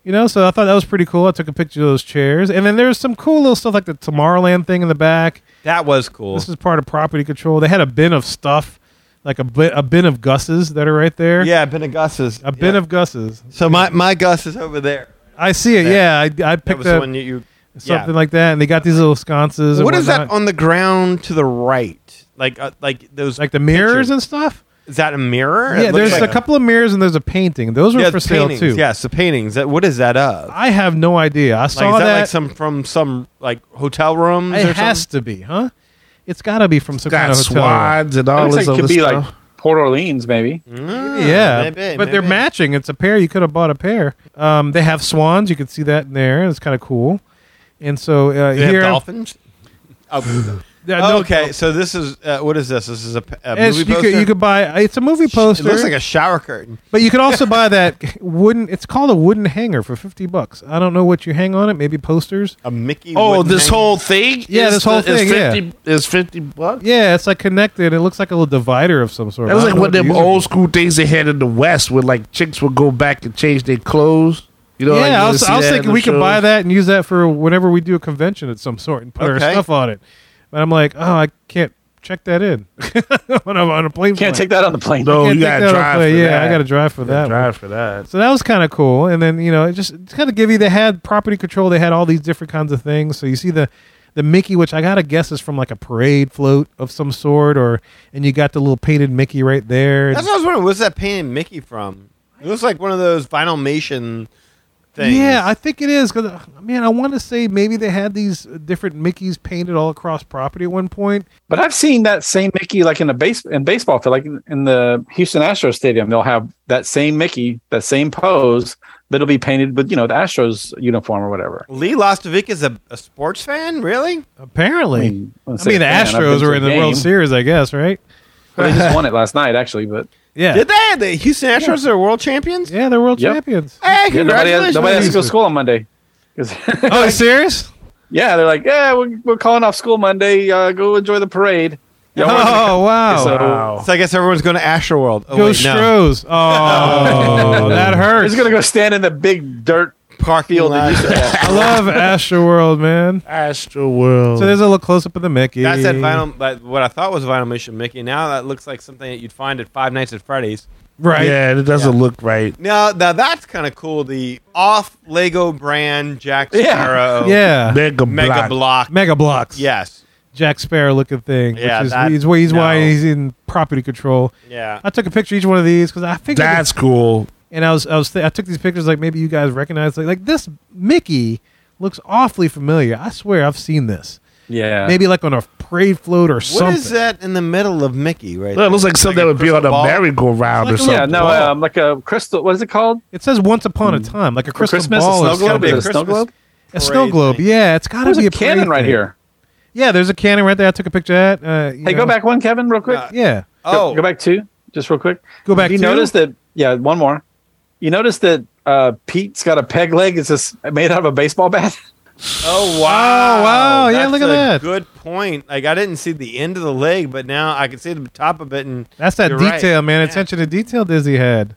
You know, so I thought that was pretty cool. I took a picture of those chairs, and then there was some cool little stuff like the Tomorrowland thing in the back.
that was cool.
This is part of property control. They had a bin of stuff, like a bin, a bin of Gus's that are right there.
yeah, I've been to Gus's.
a bin
Yeah.
of Gus's.
so my my Gus is over there.
I see it. Yeah, I, I
That
picked
was the
up
one you. you
something
yeah.
like that, and they got these little sconces. and
What is that
whatnot.
on the ground to the right? Like, uh, like those
Like the mirrors
pictures.
and stuff.
Is that a mirror? It
Yeah,
looks
there's
like
a couple of mirrors and there's a painting. Those were
Yeah,
for
the
sale
paintings.
too.
Yes, the paintings. That what is that of?
I have no idea. I
Like,
saw
is that,
that.
like some from some like hotel rooms? or
it has
something?
to be, huh? It's got to be from some kind
Got
of hotel. room.
swans and
It
all
looks
this
like it
other
could be
stuff.
like Port Orleans, maybe.
yeah,
maybe,
but they're
maybe.
matching. It's a pair. You could have bought a pair. Um, they have swans. You can see that in there. It's kind of cool. And so uh,
Do they
here,
have dolphins? Oh,
Yeah, no,
okay, so this is uh, what is this? This is a, p- a
it's-
movie
you
poster.
could you could buy. It's a movie poster.
It looks like a shower curtain.
but you could
(laughs)
also buy that wooden. It's called a wooden hanger for fifty bucks. I don't know what you hang on it. Maybe posters.
A Mickey.
Oh,
wooden
this
hanging-
whole thing?
Yeah,
is
this whole
the- is
thing, yeah.
50, Is 50 bucks?
Yeah, it's like connected. It looks like a little divider of some sort.
That was
I
like
don't know
one of
what
them
these are.
old school things they had in the West where like chicks would go back and change their clothes. You know,
Yeah,
like, you
I
would
was,
see
I was
that in
thinking
the
we could buy
shows.
that and use that for whenever we do a convention of some sort and put our
Okay.
stuff on it. But I'm like, oh, I can't check that in (laughs) when I'm on a plane.
Can't take that on the plane.
No,
Can't
Oh, you
take
gotta
that on a
drive.
plane.
for
yeah,
that.
I got to drive for
You
that.
gotta
one.
Drive for that.
So that was kind of cool. And then you know, it just kind of give you they had property control. They had all these different kinds of things. So you see the the Mickey, which I gotta guess is from like a parade float of some sort, or and you got the little painted Mickey right there.
That's what I was wondering. What's that painted Mickey from? It looks like one of those vinylmation things.
Yeah, I think it is because man, I want to say maybe they had these uh, different Mickey's painted all across property at one point.
But I've seen that same Mickey like in a base in baseball field, like in, in the Houston Astros stadium. They'll have that same Mickey, that same pose that'll be painted with you know the Astros uniform or whatever.
Lee Lostovic is a, a sports fan, really?
Apparently, I mean,
I
the Astros were in the World Series, I guess, right?
They just won it last night, actually.
(laughs)
But
Yeah,
Did they? The Houston Astros are world champions.
yeah, they're world
Yep.
champions.
Hey,
yeah, nobody
congratulations!
has, nobody has to go to school on Monday. (laughs) 'Cause-
Oh, you serious?
yeah, they're like, yeah, we're, we're calling off school Monday. Uh, go enjoy the parade. Y'all work- (laughs)
Oh wow!
uh,
So-
so I guess everyone's going to Astro World. Oh,
Go
wait, no.
Stros! Oh, that
He's
hurts.
gonna go stand in the big dirt
Parking
field that
lot.
used to
(laughs)
have.
I love Astro World, man.
Astro World.
So there's a little close up of the Mickey.
That's that vinyl. That, what I thought was vinyl mission, Mickey. Now that looks like something that you'd find at Five Nights at Freddy's.
right?
Yeah, it doesn't look right.
Now, now that's kind of cool. The off Lego brand Jack
Yeah.
Sparrow,
Yeah.
Mega,
Mega
block.
Block.
Mega blocks.
Yes,
Jack Sparrow looking thing.
Yeah,
which is
that-
he's, he's why
no.
he's in property control.
yeah.
I took a picture of each one of these because I (laughs) figured
That's cool.
and I was I was th- I took these pictures like maybe you guys recognize like like this Mickey looks awfully familiar. I swear I've seen this
Yeah,
maybe like on a parade float or
What
something.
is that in the middle of Mickey right
Look, it looks
there?
like something that would be on a
crystal ball?
merry-go-round or
It's like a
something.
yeah, no,
ball.
um, like a crystal. What is it called?
It says once upon a time like a crystal
Christmas, a
ball
snow
or
globe,
something.
a snow globe.
A snow globe. Yeah, it's got to
There's
be
a
a parade
cannon right
thing.
here.
Yeah, there's a cannon right there. I took a picture of that. Uh, you
Hey,
know.
go back one, Kevin, real quick.
Uh,
Yeah.
Oh,
Go back two, just real quick.
Go back
You
two?
notice that? Yeah, one more. You notice that uh, Pete's got a peg leg. It's just made out of a baseball bat.
Oh wow!
Oh, wow. Yeah,
That's
look at
a
that.
Good point. Like I didn't see the end of the leg, but now I can see the top of it. And
That's that
You're right.
detail, man.
Yeah.
Attention to detail Dizzy had.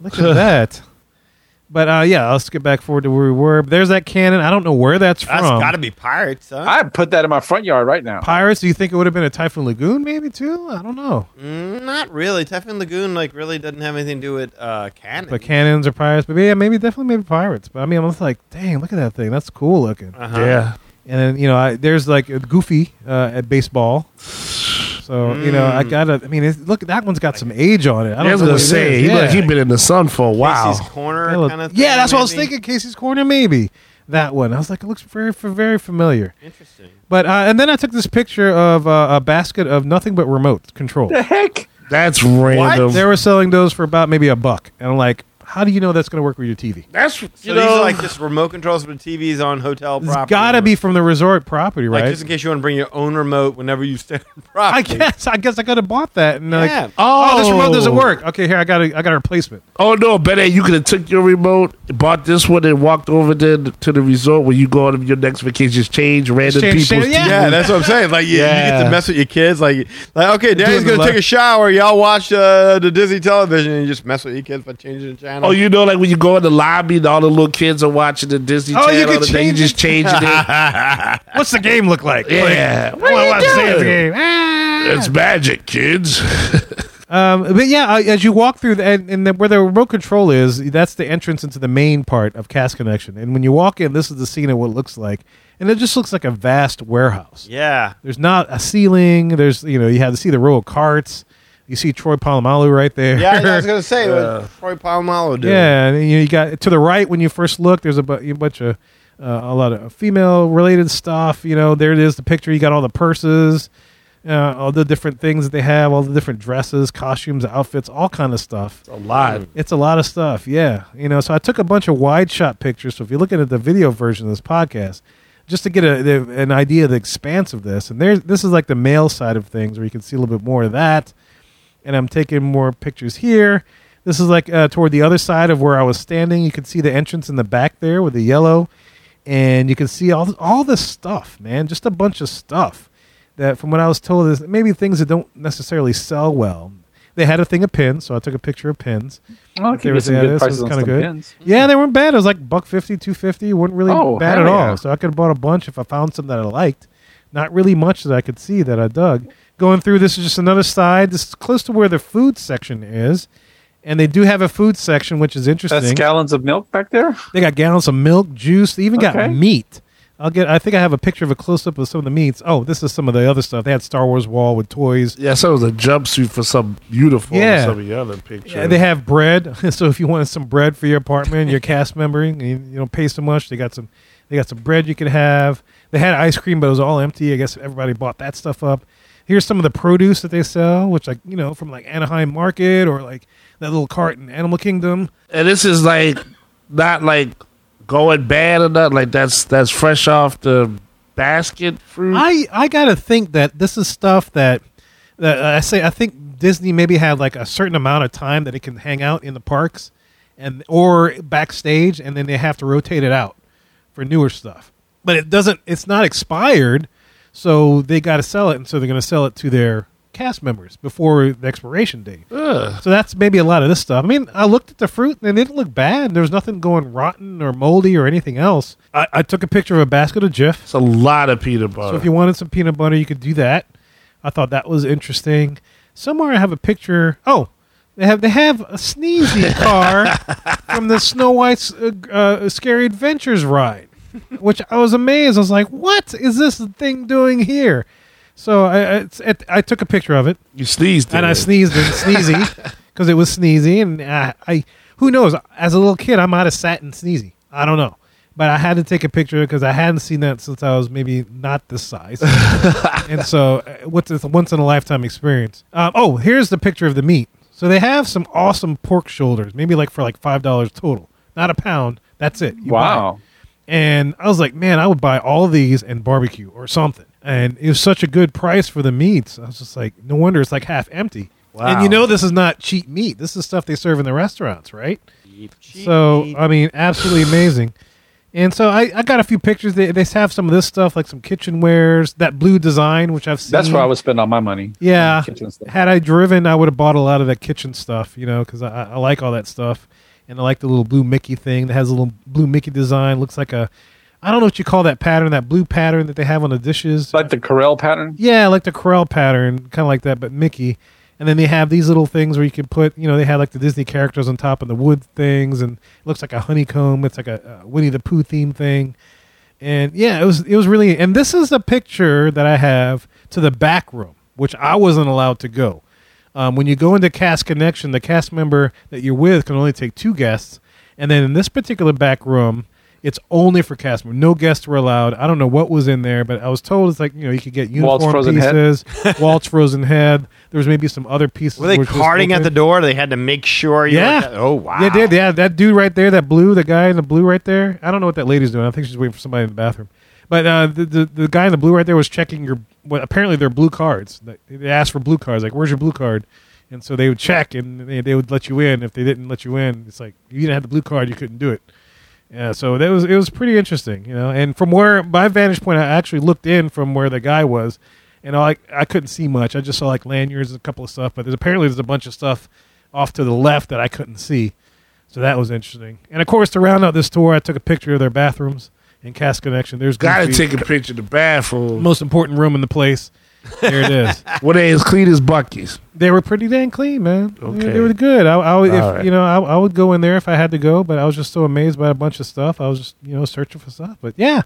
Look
(laughs)
at that. But uh, yeah, I'll skip back forward to where we were. There's that cannon. I don't know where that's from.
that's got to be pirates, huh?
I put that in my front yard right now.
Pirates, do you think it would have been a Typhoon Lagoon maybe too? I don't know.
Mm-hmm.
Mm, Not really. Typhoon Lagoon like really doesn't have anything to do with uh, cannon.
But cannons or pirates, but yeah, maybe definitely maybe pirates. But I mean, I'm just like, dang, look at that thing. That's cool looking.
Uh.
Uh-huh.
Yeah.
And then you know, I, there's like a Goofy uh, at baseball. So you know,
Mm.
I gotta. I mean, it's, look, that one's got some age on it. I
I,
don't
was
know
gonna
what it
say
is.
he
yeah.
look, he been in the sun for a
Casey's
while.
corner
Yeah, look-
kind of. Thing,
yeah, that's what I was
maybe?
thinking. Casey's Corner, maybe that one. I was like, it looks very, f- very familiar.
Interesting.
But uh, and then I took this picture of uh, a basket of nothing but remote
(laughs)
control.
The heck?
That's random.
they were selling those for about maybe a buck, and I'm like, how do you know that's going to work with your TV?
That's you
So these
know
are like just remote controls for TVs on hotel
It's
property.
got to be from the resort property,
like
right?
just in case you want to bring your own remote whenever you stay on (laughs)
I
property.
guess. I guess I could have bought that. And like,
Yeah.
oh, this remote doesn't work. Okay, here I got. A, I got a replacement.
oh no, better you could have took your remote, bought this one, and walked over there to the resort where you go on your next vacation. Just change random
Change-
people's.
change-
TV.
Yeah, that's what I'm saying. Like, you, you get
Yeah.
to mess with your kids. Like, like okay, daddy's
Doing the
gonna take
left.
a shower. Y'all watch uh, the Disney television and you just mess with your kids by changing the channel.
Oh, you know, like when you go in the lobby and all the little kids are watching the Disney
Oh, you
Channel,
can
and then you
change
just
it.
change it. (laughs) in.
What's the game look like?
Yeah,
Like, well, I'm saying it's a game. Ah.
It's magic, kids.
Um, but yeah, uh, as you walk through the, and, and the, where the remote control is, that's the entrance into the main part of Cast Connection. And when you walk in, this is the scene of what it looks like, and it just looks like a vast warehouse.
yeah.
There's not a ceiling. There's you know you have to see the row of carts. You see Troy Polamalu right there.
Yeah, I
(laughs)
was gonna say what Troy Palomalo did.
Yeah, and you, you got to the right when you first look. There's a, bu- a bunch of uh, a lot of female related stuff. You know, there it is, the picture. You got all the purses, uh, all the different things that they have, all the different dresses, costumes, outfits, all kind of stuff.
a lot.
It's a lot of stuff. Yeah, you know. So I took a bunch of wide shot pictures. So if you're looking at the video version of this podcast, just to get a, the, an idea of the expanse of this, and there's this is like the male side of things where you can see a little bit more of that. And I'm taking more pictures here. This is like uh, toward the other side of where I was standing. You can see the entrance in the back there with the yellow, and you can see all all this stuff, man. Just a bunch of stuff that, from what I was told, is maybe things that don't necessarily sell well. They had a thing of pins, so I took a picture of pins.
Oh, I
They
can
were
get some
saying,
good
"This
prices
is
on
kinda
some
good."
pins.
Yeah, they weren't bad. It was like buck 50, 250. wasn't really
Oh,
bad at
hell
all.
yeah.
So I could have bought a bunch if I found some that I liked. Not really much that I could see that I dug. Going through this is just another side. This is close to where the food section is, and they do have a food section, which is interesting.
That's gallons of milk back there.
they got gallons of milk, juice. They even got
Okay.
meat. I'll get. I think I have a picture of a close up of some of the meats. Oh, this is some of the other stuff. They had Star Wars wall with toys.
Yeah, so it was a jumpsuit for some uniform.
Yeah.
Yeah, some of the other pictures.
Yeah, they have bread. (laughs) so if you wanted some bread for your apartment, your cast member, you, you don't pay so much. They got some. They got some bread you could have. They had ice cream, but it was all empty. I guess everybody bought that stuff up. Here's some of the produce that they sell, which like you know from like Anaheim Market or like that little cart in Animal Kingdom.
and this is like not like going bad or nothing. Like that's that's fresh off the basket fruit.
I I gotta think that this is stuff that that uh, I say I think Disney maybe had like a certain amount of time that it can hang out in the parks and or backstage, and then they have to rotate it out for newer stuff. But it doesn't. It's not expired, so they got to sell it, and so they're gonna sell it to their cast members before the expiration date.
Ugh.
So that's maybe a lot of this stuff. I mean, I looked at the fruit and it didn't look bad. There was nothing going rotten or moldy or anything else. I, I took a picture of a basket of Jif.
It's a lot of peanut
So
butter.
if you wanted some peanut butter, you could do that. I thought that was interesting. Somewhere I have a picture. Oh, they have they have a sneezy car from the Snow White's uh, uh, Scary Adventures ride, which I was amazed. I was like, "What is this thing doing here?" So I I, it's- it, I took a picture of it
you sneezed,
and I
sneezed.
sneezed and sneezy because it was sneezy, and I, I who knows? As a little kid, I might have sat and sneezy. I don't know, but I had to take a picture because I hadn't seen that since I was maybe not this size, and so uh, what's it's a once in a lifetime experience. Um, oh, here's the picture of the meat. So they have some awesome pork shoulders, maybe like for like five dollars total, not a pound. That's it. You buy it
Wow.
and I was like, man, I would buy all these and barbecue or something. And it was such a good price for the meats. I was just like, no wonder it's like half empty. And you
Wow.
know, this is not cheap meat. This is stuff they serve in the restaurants, right? so I mean, absolutely amazing. And so I, I got a few pictures. They, they have some of this stuff, like some kitchenwares, that blue design, which I've seen.
That's where I would spend all my money.
Yeah.
Kitchen stuff.
Had I driven, I would have bought a lot of that kitchen stuff, you know, because I, I like all that stuff. And I like the little blue Mickey thing that has a little blue Mickey design. Looks like a, I don't know what you call that pattern, that blue pattern that they have on the dishes.
Like the Corel pattern.
yeah, like the Corel pattern, kind of like that, but Mickey. And then they have these little things where you can put, you know, they had like the Disney characters on top of the wood things, and it looks like a honeycomb. It's like a, a Winnie the Pooh theme thing and yeah, it was it was really. And this is a picture that I have to the back room, which I wasn't allowed to go. Um, when you go into Cast Connection, the cast member that you're with can only take two guests, and then in this particular back room, it's only for cast members. No guests were allowed. I don't know what was in there, but I was told it's like you know you could get
Walt's
uniform
frozen head?
pieces, Walt's frozen head. There was maybe some other pieces.
Were they
which was
carding at
open.
the door? They had to make sure. You
Yeah.
were- oh wow.
Yeah, did yeah that dude right there, that blue, the guy in the blue right there. I don't know what that lady's doing. I think she's waiting for somebody in the bathroom. But uh, the, the the guy in the blue right there was checking your. Well, apparently they're blue cards. They- They asked for blue cards. Like, where's your blue card? And so they would check, and they, they would let you in. If they didn't let you in, it's like you didn't have the blue card, you couldn't do it. Yeah, so that was it was pretty interesting, you know. And from where my vantage point, I actually looked in from where the guy was, and I I couldn't see much. I just saw like lanyards and a couple of stuff, but there's apparently there's a bunch of stuff off to the left that I couldn't see. So that was interesting. And of course, to round out this tour, I took a picture of their bathrooms in Cast Connection. There's
Gotta
Goofy,
take a picture of the bathroom.
most important room in the place. There it
(laughs)
is.
Were they as clean as buckies?
they were pretty dang clean, man. They- They,
Okay.
were good. I, I would- if,
All right.
you know, I, I would go in there if I had to go, but I was just so amazed by a bunch of stuff. I was just, you know, searching for stuff. But yeah,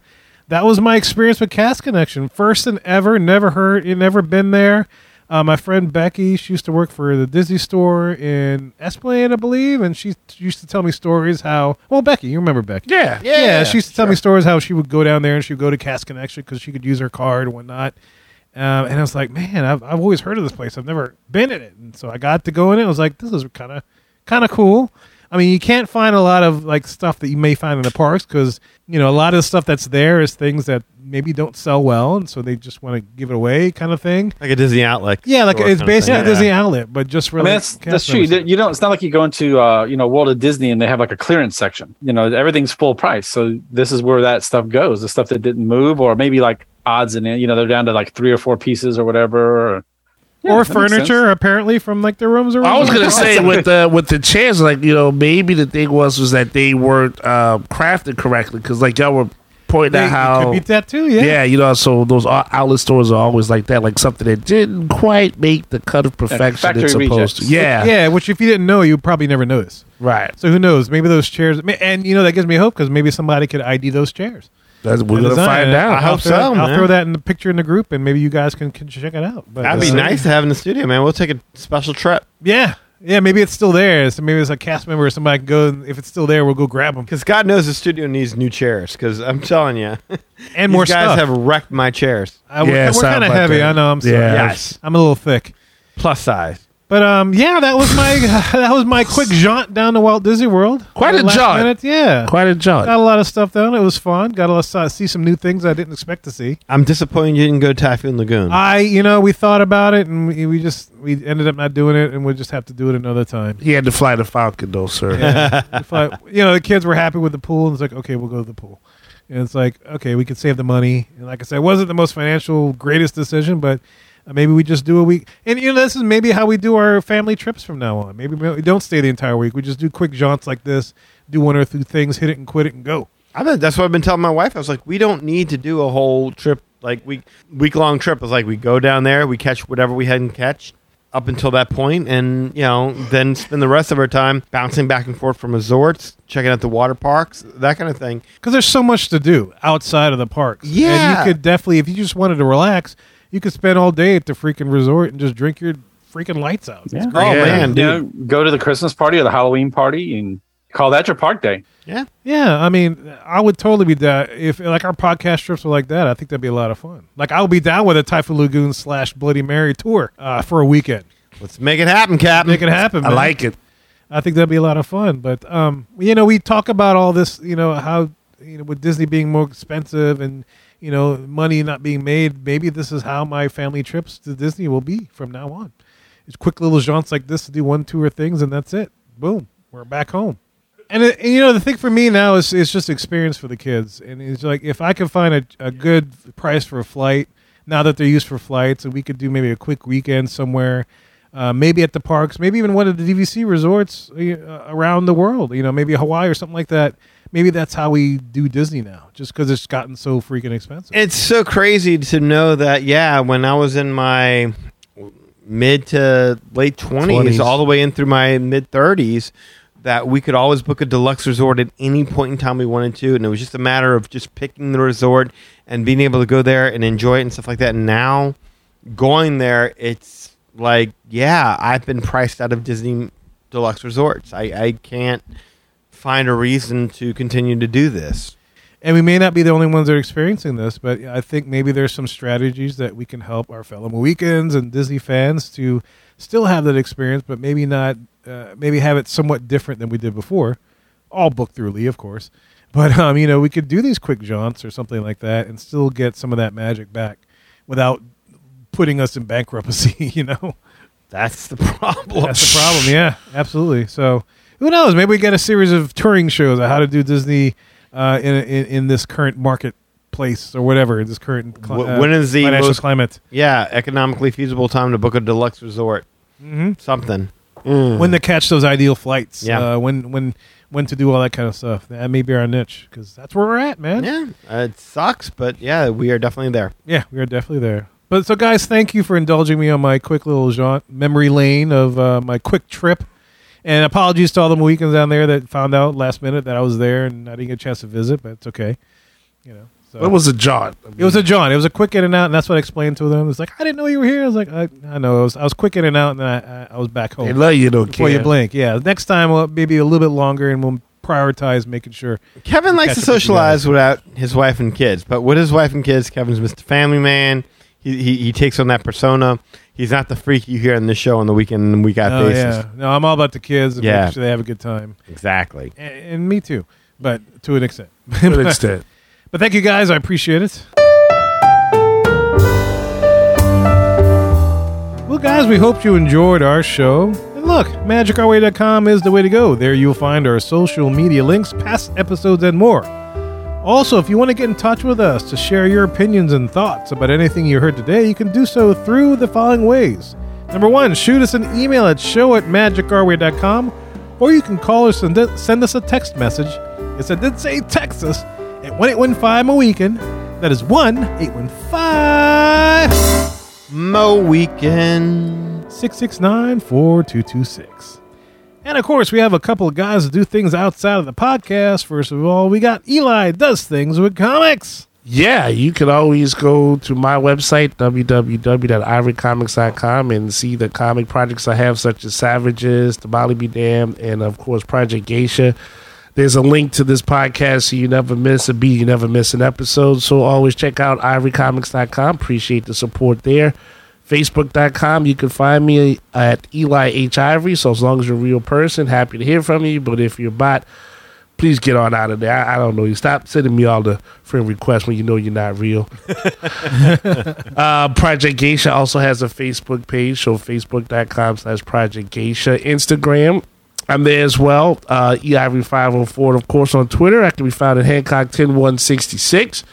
that was my experience with Cast Connection. First and ever, never heard, never been there. Uh, my friend Becky, she used to work for the Disney store in Esplanade, I believe, and she used to tell me stories how. Well, Becky, you remember Becky?
Yeah.
yeah, she used to tell me stories how she would go down there and she would go to Cast Connection because she could use her card and whatnot. Um, and I was like, man, I've, I've always heard of this place. I've never been in it, and so I got to go in it. I was like, this is kind of kind of cool. I mean, you can't find a lot of like stuff that you may find in the parks because you know a lot of the stuff that's there is things that maybe don't sell well, and so they just want to give it away, kind of thing.
Like a Disney outlet.
Yeah, like
store
it's
kind of
basically
thing.
a Disney outlet, but just
I
really
mean, that's that's true. You, you don't. It's not like you go into uh, you know World of Disney and they have like a clearance section. You know everything's full price. So this is where that stuff goes. The stuff that didn't move, or maybe like odds and end. You know they're down to like three or four pieces or whatever. Or, Yeah,
or
that makes sense.
furniture apparently from like their rooms. Or
I was gonna say with the with the chairs, like you know, maybe the thing was was that they weren't uh, crafted correctly because like y'all were pointing
They-
out
it could
how
be that too.
yeah. you know, so those ou- outlet stores are always like that, like something that didn't quite make the cut of perfection
factory
it's supposed to.
rejects.
Yeah,
Yeah, which if you didn't know, you probably never notice.
right.
So who knows? Maybe those chairs, ma- and you know that gives me hope because maybe somebody could ID those chairs.
That's, we're gonna
design.
find
And
out.
I'll
I hope
throw that-
so,
I'll
man.
throw that in the picture in the group, and maybe you guys can, can check it out. But
That'd be
uh,
nice to have in the studio, man. We'll take a special trip.
Yeah, yeah. Maybe it's still there. So maybe it's a cast member or somebody can go. and If it's still there, we'll go grab them
Because God knows the studio needs new chairs. Because I'm telling you,
and more
(laughs) these guys
stuff.
have wrecked my chairs.
I, we're
Yeah,
we're
sorry
kind of
about
heavy.
that.
I know. I'm sorry.
Yeah.
Yes.
I'm a little thick.
Plus size.
But um, yeah, that was my (laughs) that was my quick jaunt down to Walt Disney World.
Quite a
Last
jaunt.
minute, yeah.
Quite a jaunt.
Got a lot of stuff done. It was fun. Got a lot of, see some new things I didn't expect to see.
I'm disappointed you didn't go Typhoon Lagoon.
I, you know, we thought about it and we, we just we ended up not doing it, and we'll just have to do it another
(laughs)
time.
He had to fly the Falcon, though, sir.
If I, you know, the kids were happy with the pool, and it's like, okay, we'll go to the pool. And it's like, okay, we could save the money. And like I said, it wasn't the most financial greatest decision, but uh, maybe we just do a week. And you know, this is maybe how we do our family trips from now on. Maybe we don't stay the entire week. We just do quick jaunts like this, do one or two things, hit it and quit it and go.
I bet that's what I've been telling my wife. I was like, we don't need to do a whole trip, like week week long trip. It's like we go down there, we catch whatever we hadn't catch up until that point, and you know, then spend the rest of our time bouncing back and forth from resorts, checking out the water parks, that kind of thing.
because there's so much to do outside of the parks.
Yeah.
and you could definitely, if you just wanted to relax, you could spend all day at the freaking resort and just drink your freaking lights out.
Yeah.
Oh
Yeah.
man,
You
dude.
know, go to the Christmas party or the Halloween party and call that your park day.
Yeah, I mean, I would totally be that if like our podcast trips were like that. I think that'd be a lot of fun. Like I would be down with a Typhoon Lagoon slash Bloody Mary tour uh, for a weekend.
Let's make it happen, Captain.
Make it happen.
I
man.
like it.
I think that'd be a lot of fun. But um, you know, we talk about all this, you know, how you know with Disney being more expensive and you know money not being made. Maybe this is how my family trips to Disney will be from now on. It's quick little jaunts like this to do one, two, or things, and that's it. Boom, we're back home. And, it, and you know the thing for me now is it's just experience for the kids, and it's like if I can find a, a good price for a flight now that they're used for flights, and we could do maybe a quick weekend somewhere, uh, maybe at the parks, maybe even one of the DVC resorts uh, around the world. You know, maybe Hawaii or something like that. Maybe that's how we do Disney now, just because it's gotten so freaking expensive.
It's so crazy to know that, yeah, when I was in my mid to late 20s,
20s.
all the way in through my mid 30s, that we could always book a deluxe resort at any point in time we wanted to. And it was just a matter of just picking the resort and being able to go there and enjoy it and stuff like that. And now going there, it's like, yeah, I've been priced out of Disney deluxe resorts. I, I can't find a reason to continue to do this.
And we may not be the only ones that are experiencing this, but I think maybe there's some strategies that we can help our fellow Mohicans and Disney fans to still have that experience, but maybe not, uh, maybe have it somewhat different than we did before. All booked through Lee, of course. (laughs) But, um, you know, we could do these quick jaunts or something like that and still get some of that magic back without putting us in bankruptcy, (laughs) you know?
That's the (laughs) problem.
That's the problem. Yeah, absolutely. So who knows? Maybe we get a series of touring shows on how to do Disney uh, in, in in this current marketplace or whatever this current cli- uh,
Wh- when is the
financial
most-
climate
Yeah, economically feasible time to book a deluxe resort. Mm-hmm. Something.
when to catch those ideal flights.
Hmm. Yeah.
uh, when when when to do all that kind of stuff. That may be our niche because that's where we're at, man.
Yeah, uh, it sucks, but yeah, we are definitely there.
Yeah, we are definitely there. But so, guys, thank you for indulging me on my quick little jaunt memory lane of uh, my quick trip. And apologies to all the weekends down there that found out last minute that I was there and I didn't get a chance to visit, but it's okay. You know, so.
It was a jaunt. I mean,
It was a jaunt. It was a quick in and out, and that's what I explained to them. It's like I didn't know you were here. I was like, I, I know. I was, I was quick in and out, and then I, I, I was back home
They love you, though,
before
kid.
Oh. you blink. Yeah, next time we'll maybe a little bit longer, and we'll prioritize making sure.
Kevin likes to
catch up with you guys.
socialize without his wife and kids, but with his wife and kids, Kevin's Mr. Family Man. He, he, he takes on that persona. He's not the freak you hear on the show on the weekend and week out
Oh,
basis.
yeah, no, I'm all about the kids and
Yeah.
making sure they have a good time,
Exactly.
and, and me too, but to an extent.
To
(laughs)
an extent.
But thank you guys. I appreciate it. Well, guys, we hope you enjoyed our show. And look, magicourway.com is the way to go. There you'll find our social media links, past episodes, and more. Also, if you want to get in touch with us to share your opinions and thoughts about anything you heard today, you can do so through the following ways. Number one, shoot us an email at show at magicourway.com, or you can call or send, send us a text message. Yes, I did say text us at 1 815 weekend. That is 1 815
Mo weekend.
669 4226. And of course, we have a couple of guys that do things outside of the podcast. First of all, we got Eli does things with comics.
Yeah, you can always go to my website, www.ivorycomics.com, and see the comic projects I have, such as Savages, The Molly Be Damned, and of course, Project Geisha. There's a link to this podcast so you never miss a beat, you never miss an episode. So always check out ivorycomics.com. Appreciate the support there. Facebook.com, you can find me at Eli H. Ivory. So as long as you're a real person, happy to hear from you. But if you're a bot, please get on out of there. I, I don't know you. Stop sending me all the friend requests when you know you're not real. uh, Project Geisha also has a Facebook page, so facebook.com slash Project Geisha. Instagram, I'm there as well. Uh, EIV504, of course, on Twitter. I can be found at Hancock10166.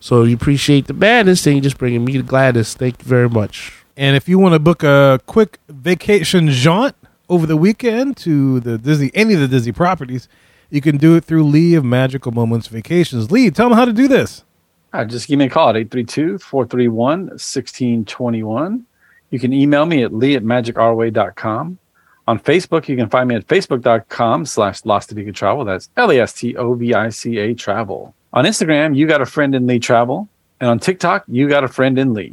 So if you appreciate the madness, then you're just bringing me to gladness. Thank you very much.
And if you want to book a quick vacation jaunt over the weekend to the Disney, any of the Disney properties, you can do it through Lee of Magical Moments Vacations. Lee, tell them how to do this.
All right, just give me a call at 832 431 1621. You can email me at lee at magicourway.com. On Facebook, you can find me at facebook.com slash Lostavica Travel. That's L E S T O V I C A Travel. On Instagram, you got a friend in Lee Travel. And on TikTok, you got a friend in Lee.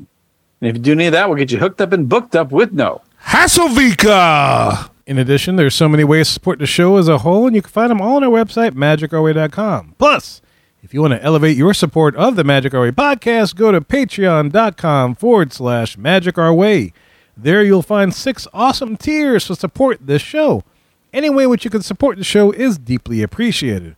And if you do any of that, we'll get you hooked up and booked up with no.
Hasselvika!
In addition, there's so many ways to support the show as a whole, and you can find them all on our website, magicourway.com. Plus, if you want to elevate your support of the Magic Our Way podcast, go to patreon.com forward slash magic our way. There you'll find six awesome tiers to support this show. Any way which you can support the show is deeply appreciated.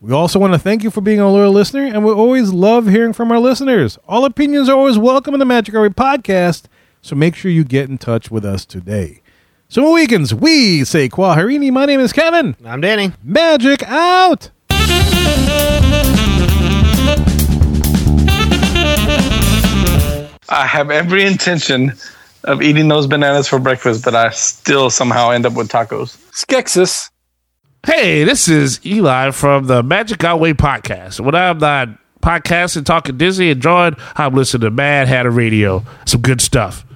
We also want to thank you for being a loyal listener, and we always love hearing from our listeners. All opinions are always welcome in the Magic Our Way podcast, so make sure you get in touch with us today. So, weekends, we say Quaharini. My name is Kevin.
I'm Danny.
Magic out!
I have every intention of eating those bananas for breakfast, but I still somehow end up with tacos.
Skexis.
Hey, this is Eli from the Magic Outway podcast. When I'm not podcasting, talking Disney, and drawing, I'm listening to Mad Hatter Radio. Some good stuff.